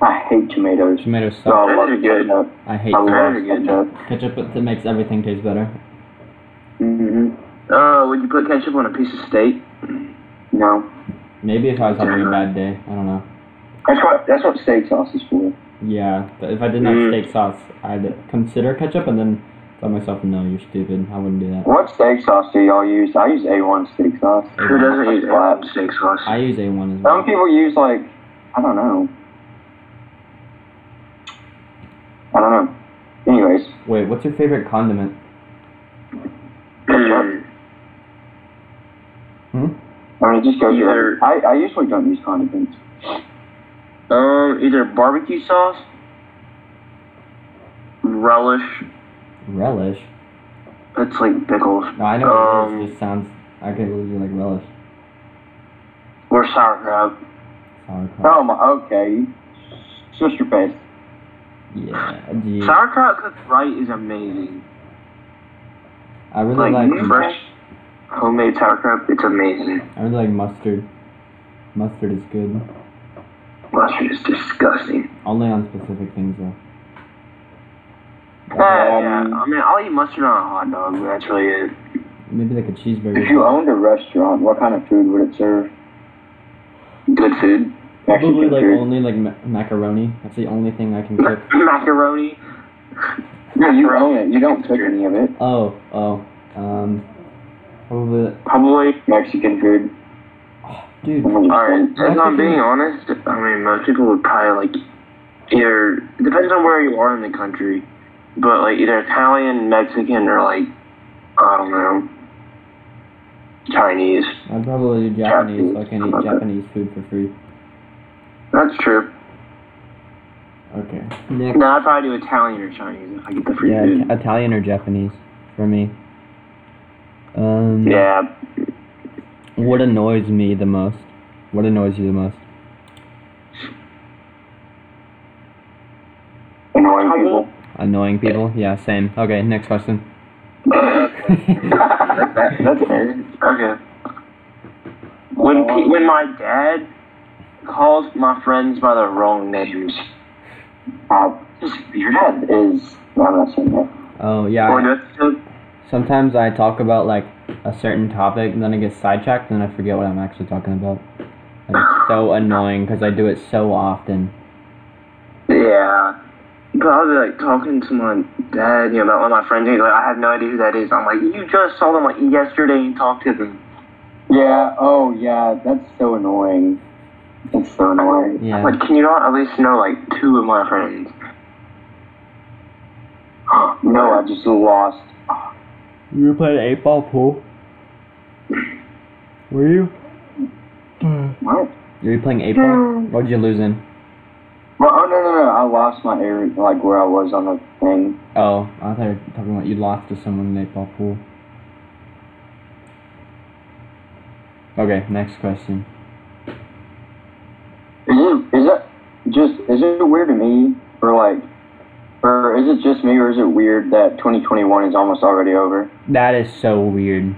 Speaker 3: I hate tomatoes.
Speaker 1: Tomatoes
Speaker 3: So
Speaker 1: suck.
Speaker 3: I love
Speaker 2: Those are good.
Speaker 3: ketchup.
Speaker 1: I hate
Speaker 3: I love
Speaker 1: tomatoes.
Speaker 2: Very good.
Speaker 3: ketchup.
Speaker 1: Ketchup it makes everything taste better.
Speaker 3: hmm
Speaker 2: Uh, would you put ketchup on a piece of steak?
Speaker 3: No,
Speaker 1: Maybe if I was having a bad day. I don't know.
Speaker 3: that's what that's what steak sauce is for.
Speaker 1: Yeah. But if I didn't have
Speaker 2: Mm.
Speaker 1: steak sauce, I'd consider ketchup and then tell myself, no, you're stupid. I wouldn't do that.
Speaker 3: What steak sauce do y'all use? I use A1 steak sauce.
Speaker 2: Who doesn't use
Speaker 3: Wow.
Speaker 2: apple steak sauce?
Speaker 1: I use A1 as
Speaker 3: Some
Speaker 1: well.
Speaker 3: people use like I don't know. I don't know. Anyways,
Speaker 1: Wait, what's your favorite condiment?
Speaker 2: Mm.
Speaker 1: Hmm?
Speaker 3: I mean it just goes.
Speaker 2: Either-
Speaker 3: I I usually don't use condiments.
Speaker 2: um, either barbecue sauce, relish.
Speaker 1: Relish?
Speaker 2: It's like pickles
Speaker 1: No, I know what it
Speaker 2: Um,
Speaker 1: is. It just sounds. I can't believe you like relish.
Speaker 2: or sauerkraut.
Speaker 1: Sauerkraut.
Speaker 3: Oh my. Okay. Sister face.
Speaker 1: Yeah, gee.
Speaker 2: Sauerkraut cooked right is amazing.
Speaker 1: I really
Speaker 2: Like
Speaker 1: like.
Speaker 2: fresh homemade sauerkraut, it's amazing.
Speaker 1: I really like mustard. Mustard is good.
Speaker 2: Mustard is disgusting.
Speaker 1: Only on specific things though.
Speaker 2: Uh, yeah, I mean, I'll eat mustard on a hot dog. But that's really it.
Speaker 1: Maybe like a cheeseburger.
Speaker 3: If you owned a restaurant, what kind of food would it serve?
Speaker 2: Good food.
Speaker 1: Probably
Speaker 3: Mexican
Speaker 1: like
Speaker 3: food.
Speaker 1: only like ma- macaroni. That's the only thing I can cook.
Speaker 2: Macaroni.
Speaker 3: No, you own it. You don't cook any of it.
Speaker 1: Oh, oh, um, probably.
Speaker 2: Probably.
Speaker 3: Mexican food.
Speaker 1: Dude,
Speaker 2: Alright, if I'm
Speaker 1: Mexican-
Speaker 2: being honest, I mean, most people would probably like either, it depends on where you are in the country, but like either Italian, Mexican, or like I don't know. Chinese.
Speaker 1: I'd probably do Japanese, so I can eat
Speaker 2: Okay.
Speaker 1: Japanese food for free.
Speaker 2: That's true.
Speaker 1: Okay. Next.
Speaker 2: No, I'd probably do Italian or Chinese if I get the free
Speaker 1: Yeah,
Speaker 2: food.
Speaker 1: It- Italian or Japanese for me. Um,
Speaker 2: Yeah.
Speaker 1: What annoys me the most? What annoys you the most?
Speaker 3: Annoying
Speaker 4: How
Speaker 3: people.
Speaker 4: about-
Speaker 1: Annoying people? Yeah, same. Okay, next question.
Speaker 3: That- that's fair.
Speaker 2: Okay. When pe- when my dad calls my friends by the wrong names,
Speaker 3: Uh,
Speaker 2: it's weird.
Speaker 3: that is. No, I'm not saying that.
Speaker 1: oh, yeah.
Speaker 2: Or do I-
Speaker 1: Sometimes I talk about like a certain topic, and then I get sidetracked, and I forget what I'm actually talking about. And it's so annoying because I do it so often.
Speaker 2: Yeah. But I'll be like talking to my dad, you know, about one of my friends. He's like, I have no idea who that is. I'm like, you just saw them like yesterday and talked to them.
Speaker 3: Yeah. Oh, yeah. That's so annoying. That's so annoying.
Speaker 1: Yeah.
Speaker 2: Like, can you not at least know like two of my friends?
Speaker 3: No, I just lost.
Speaker 1: You were playing eight ball pool. Were you?
Speaker 3: What?
Speaker 1: Were you playing eight ball? What did you lose in?
Speaker 3: Well, oh no, no, no! I lost my area, like where I was on the thing.
Speaker 1: Oh, I thought you were talking about you lost to someone in eight ball pool. Okay, next question.
Speaker 3: Is it is that just is it weird to me or like or is it just me or is it weird that 2021 is almost already over?
Speaker 1: That is so weird.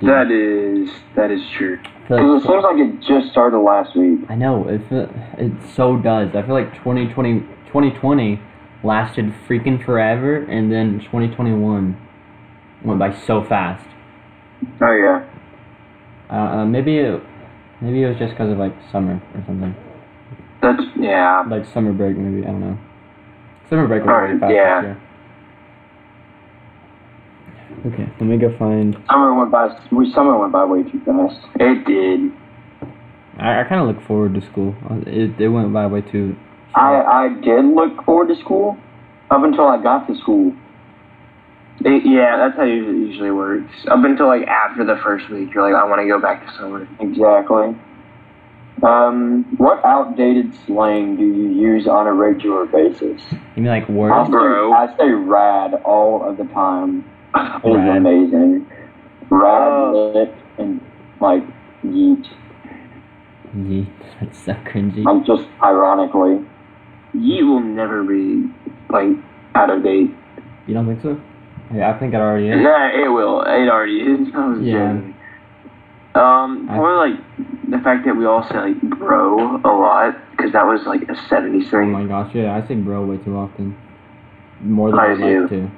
Speaker 1: dude.
Speaker 2: That is that is true.
Speaker 1: I feel like
Speaker 3: Because it seems like it just started last week.
Speaker 1: I know it. Feel, it so does. I feel like 2020, 2020 lasted freaking forever, and then twenty twenty one went by so fast.
Speaker 3: Oh yeah,
Speaker 1: Uh, uh, maybe it, maybe it was just because of like summer or something,
Speaker 3: that's yeah.
Speaker 1: like summer break. Maybe I don't know. Summer
Speaker 2: Uh,
Speaker 1: break went
Speaker 3: Alright,
Speaker 1: really fast
Speaker 3: yeah.
Speaker 1: this year. Okay, let me go find.
Speaker 3: Summer went by. We summer went by way too fast.
Speaker 2: It did.
Speaker 1: I, I kind of look forward to school. Uh, It, it went by way too.
Speaker 2: Uh,
Speaker 3: I I did look forward to school up until I got to school.
Speaker 2: It, yeah, that's how it usually works. Up until like after the first week, you're like, I want to go back to summer.
Speaker 3: Exactly. Um, what outdated slang do you use on a regular basis?
Speaker 1: You mean like
Speaker 3: I
Speaker 1: words?
Speaker 3: say,
Speaker 2: Bro.
Speaker 3: I say rad all of the time. It is
Speaker 1: Rad.
Speaker 3: amazing. Rad,
Speaker 2: Oh.
Speaker 3: lit, and like yeet.
Speaker 1: Yeet. That's so cringy.
Speaker 3: I'm just ironically.
Speaker 2: You will never be like out of date.
Speaker 1: You don't think so? Yeah, I think it already is.
Speaker 2: Nah, it will. It already is. I was
Speaker 1: Yeah.
Speaker 2: joking. Um,
Speaker 1: I-
Speaker 2: or like the fact that we all say like bro a lot because that was like a '70s
Speaker 1: Oh
Speaker 2: thing.
Speaker 1: my gosh, yeah, I say bro way too often. More than
Speaker 2: I
Speaker 1: I'd
Speaker 2: do.
Speaker 1: like to.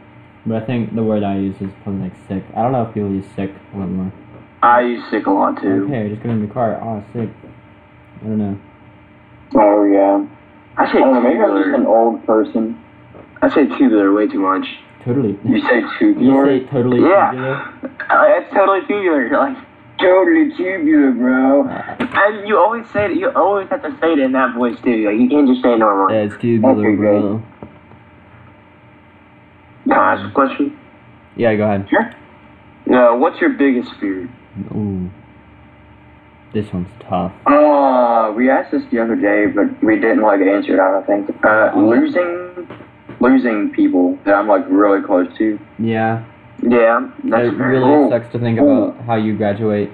Speaker 1: But I think the word I use is probably like sick. I don't know if people use sick a lot more.
Speaker 2: I use sick a lot too.
Speaker 1: Okay, just get in the car. Oh, sick. I don't know.
Speaker 3: Oh yeah.
Speaker 2: I say
Speaker 3: I don't know. Maybe I'm just an
Speaker 2: tubular.
Speaker 3: old person.
Speaker 2: I say tubular way too much.
Speaker 1: Totally.
Speaker 3: You say
Speaker 1: you
Speaker 3: tubular.
Speaker 1: say totally tubular?
Speaker 2: Yeah, Like, that's totally tubular. You're Like,
Speaker 3: totally tubular, bro.
Speaker 1: Uh,
Speaker 2: and you always say it. You always have to say it in that voice too. Like, you can't just say it normally.
Speaker 1: yeah, it's tubular,
Speaker 3: Okay, great.
Speaker 1: bro.
Speaker 2: Can I ask a question?
Speaker 1: Yeah, go ahead.
Speaker 2: No. What's your biggest fear?
Speaker 1: Ooh. This one's tough.
Speaker 3: Uh, we asked this the other day, but we didn't like answer it. I don't think. Uh, losing, losing people that I'm like really close to.
Speaker 1: Yeah.
Speaker 2: Yeah, that's
Speaker 1: it
Speaker 2: fair.
Speaker 1: really
Speaker 3: cool.
Speaker 1: sucks to think about how you graduate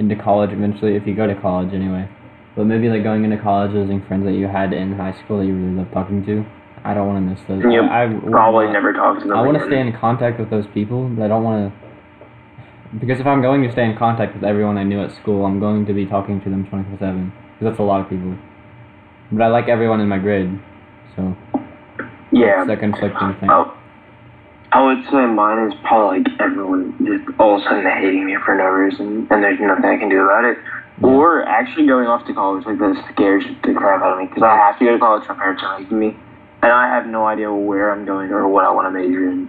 Speaker 1: into college eventually, if you go to college anyway. But maybe like going into college, losing friends that you had in high school that you really love talking to. I don't want to miss those.
Speaker 2: You'll
Speaker 1: I, I would
Speaker 2: Probably
Speaker 1: not-
Speaker 2: never talk to them.
Speaker 1: uh, I want to
Speaker 2: again.
Speaker 1: stay in contact with those people, but I don't want to. Because if I'm going to stay in contact with everyone I knew at school, I'm going to be talking to them 24 7. Because that's a lot of people. But I like everyone in my grade, so
Speaker 2: Yeah.
Speaker 1: it's a conflicting thing.
Speaker 2: Oh, I would say mine is probably like everyone just all of a sudden hating me for no reason, and there's nothing I can do about it. Or actually going off to college like this scares the crap out of me because I have to go to college. My parents are making me, and I have no idea where I'm going or what I want to major in.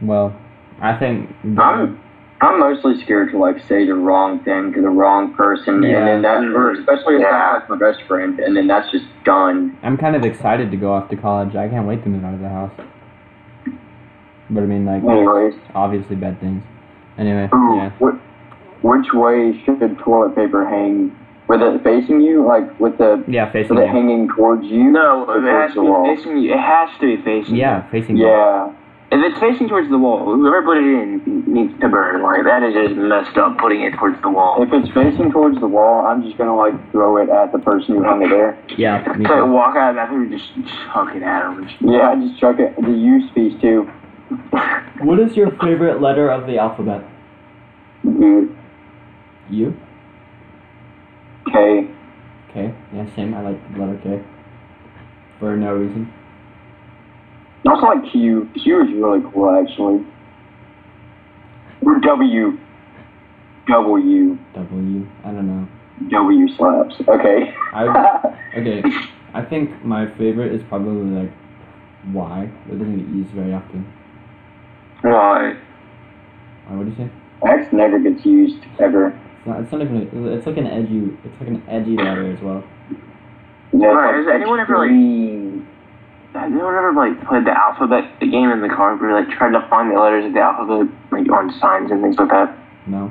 Speaker 1: Well, I think.
Speaker 3: I'm, I'm mostly scared to like say the wrong thing to the wrong person,
Speaker 1: Yeah.
Speaker 3: and then that, or especially if
Speaker 2: Yeah.
Speaker 3: that's like my best friend, and then that's just done.
Speaker 1: I'm kind of excited to go off to college. I can't wait to move out of the house. But I mean, like,
Speaker 3: Anyways,
Speaker 1: obviously bad things. Anyway,
Speaker 3: ooh,
Speaker 1: yeah.
Speaker 3: whi- which way should toilet paper hang? With it facing you, like with the
Speaker 1: Yeah, facing
Speaker 3: with it
Speaker 1: you.
Speaker 3: hanging towards you?
Speaker 2: No,
Speaker 3: or
Speaker 2: it has to
Speaker 3: towards the
Speaker 2: be
Speaker 3: wall.
Speaker 2: facing you. It has to be facing you.
Speaker 1: Yeah, facing you.
Speaker 3: Yeah,
Speaker 2: If it's facing towards the wall, whoever put it in needs to burn. Like, that is just messed up, putting it towards the wall.
Speaker 3: if it's facing towards the wall, I'm just gonna like throw it at the person who hung it there.
Speaker 1: Yeah, me
Speaker 2: So
Speaker 1: too.
Speaker 2: walk out of the bathroom and just chuck it at him.
Speaker 3: Yeah, I just chuck it. The use piece too.
Speaker 1: What is your favorite letter of the alphabet?
Speaker 3: Dude,
Speaker 1: U?
Speaker 3: K.
Speaker 1: K? Yeah, same. I like the letter K. For no reason.
Speaker 3: I also like Q. Q is really cool actually. Or W. W.
Speaker 1: W. I don't know.
Speaker 3: W slaps. Okay.
Speaker 1: I okay. I think my favorite is probably like Y. That doesn't get used very often.
Speaker 2: Why?
Speaker 1: Why would you say?
Speaker 3: X never gets used ever.
Speaker 1: It's not. It's not even. It's like an edgy. It's like an edgy letter as well.
Speaker 3: Yeah, it's
Speaker 2: Right,
Speaker 3: like
Speaker 2: has anyone ever, like-
Speaker 3: extreme.
Speaker 2: Has anyone ever like played the alphabet the game in the car where like tried to find the letters of the alphabet like on signs and things like that?
Speaker 1: No.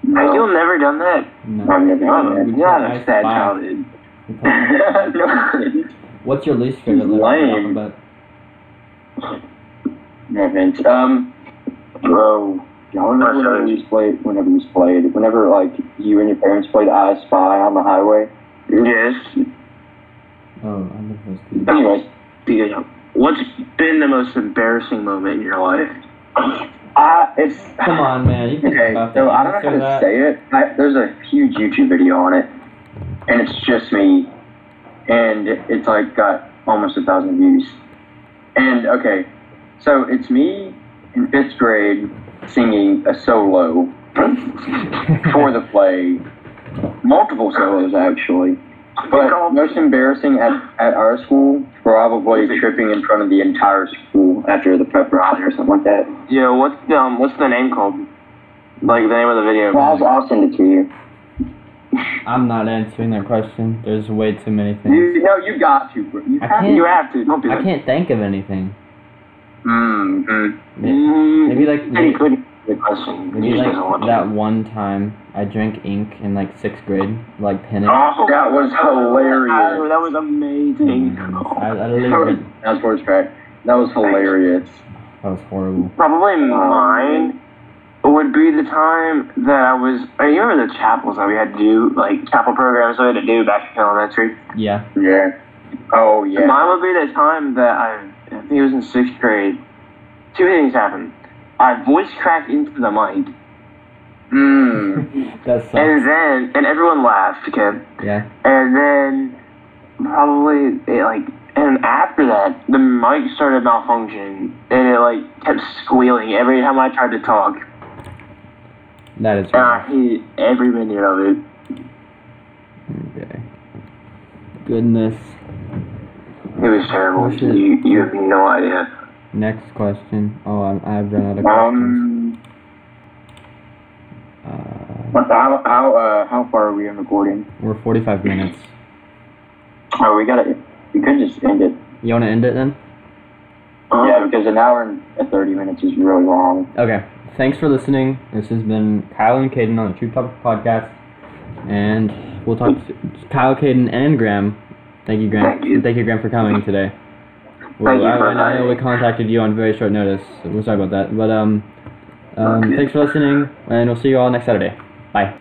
Speaker 2: Have
Speaker 3: No,
Speaker 2: you never done that?
Speaker 1: No.
Speaker 3: I've never done
Speaker 2: Oh,
Speaker 3: that.
Speaker 1: We
Speaker 2: you're not
Speaker 1: tried
Speaker 2: a sad
Speaker 1: five.
Speaker 2: childhood.
Speaker 1: You probably- What's your least favorite letter of
Speaker 3: Lame.
Speaker 1: the alphabet?
Speaker 3: No offense. Um, bro, y'all remember
Speaker 2: Sorry.
Speaker 3: whenever you played, whenever you played, whenever like you and your parents played I Spy on the highway.
Speaker 2: yes.
Speaker 1: Oh, I love those two.
Speaker 3: Anyways,
Speaker 2: Yeah. What's been the most embarrassing moment in your life?
Speaker 3: I it's
Speaker 1: Come on, man. You can
Speaker 3: Okay,
Speaker 1: talk about
Speaker 3: so
Speaker 1: that.
Speaker 3: I don't know
Speaker 1: Answer
Speaker 3: how to
Speaker 1: Uh, that.
Speaker 3: say it. I, there's a huge YouTube video on it, and it's just me, and it's like got almost a thousand views. And okay, so it's me in fifth grade singing a solo for the play, multiple solos actually. But most embarrassing at, at our school, probably tripping in front of the entire school after the pep rally or something like that.
Speaker 2: Yeah. What's the um, what's the name called? Like the name of the video.
Speaker 3: Well, I'll, I'll send it to you.
Speaker 1: I'm not answering that question. There's way too many things.
Speaker 3: You no, you got to. Bro. You
Speaker 1: I
Speaker 3: have
Speaker 1: can't-
Speaker 2: You have to. Don't do
Speaker 1: I
Speaker 2: that.
Speaker 1: can't think of anything.
Speaker 3: Mm-hmm.
Speaker 1: May-
Speaker 2: Mm,
Speaker 1: Maybe like
Speaker 2: Any
Speaker 1: maybe,
Speaker 2: good good question.
Speaker 1: maybe
Speaker 2: You just
Speaker 1: like
Speaker 2: doesn't want to.
Speaker 1: that one time I drank ink in like sixth grade, like pen. it.
Speaker 2: Oh,
Speaker 3: That was
Speaker 4: Oh,
Speaker 3: hilarious.
Speaker 4: that was amazing.
Speaker 1: Mm. I, I
Speaker 3: That
Speaker 1: literally
Speaker 3: was,
Speaker 1: went-
Speaker 3: that was worst track. That was hilarious.
Speaker 1: that was horrible.
Speaker 2: Probably mine would be the time that I was. I remember the chapels that we had to do, like chapel programs we had to do back in elementary.
Speaker 1: Yeah.
Speaker 3: Yeah. Oh yeah.
Speaker 2: Mine would be the time that I, I think it was in sixth grade. Two things happened. I voice cracked into the mic,
Speaker 3: Mm.
Speaker 1: That sucks.
Speaker 2: and then and everyone laughed. Okay,
Speaker 1: Yeah.
Speaker 2: and then probably it like and after that the mic started malfunctioning and it like kept squealing every time I tried to talk.
Speaker 1: That is
Speaker 2: And I
Speaker 1: right.
Speaker 2: hated every minute of it.
Speaker 1: Okay. Goodness.
Speaker 2: It was terrible.
Speaker 1: Oh, shit.
Speaker 2: You, you have no idea.
Speaker 1: Next question. Oh, I'm, I've run out of questions.
Speaker 3: Um.
Speaker 1: Uh,
Speaker 3: what- How how uh, how far are we in recording?
Speaker 1: we're 45 minutes.
Speaker 3: Oh, we gotta. We could just end it.
Speaker 1: You want to end it then?
Speaker 2: Um,
Speaker 3: Yeah, because an hour and thirty minutes is really long.
Speaker 1: Okay. Thanks for listening. This has been Kyle and Caden on the True Topic Podcast. And we'll talk to Kyle, Caden, and Graham. Thank you, Graham.
Speaker 2: Thank you.
Speaker 1: Graham, for coming today.
Speaker 2: Thank you
Speaker 1: I,
Speaker 2: for
Speaker 1: I know
Speaker 2: having
Speaker 1: we
Speaker 2: me.
Speaker 1: contacted you on very short notice. We're sorry about that. But um, um
Speaker 2: Okay.
Speaker 1: thanks for listening, and we'll see you all next Saturday. Bye.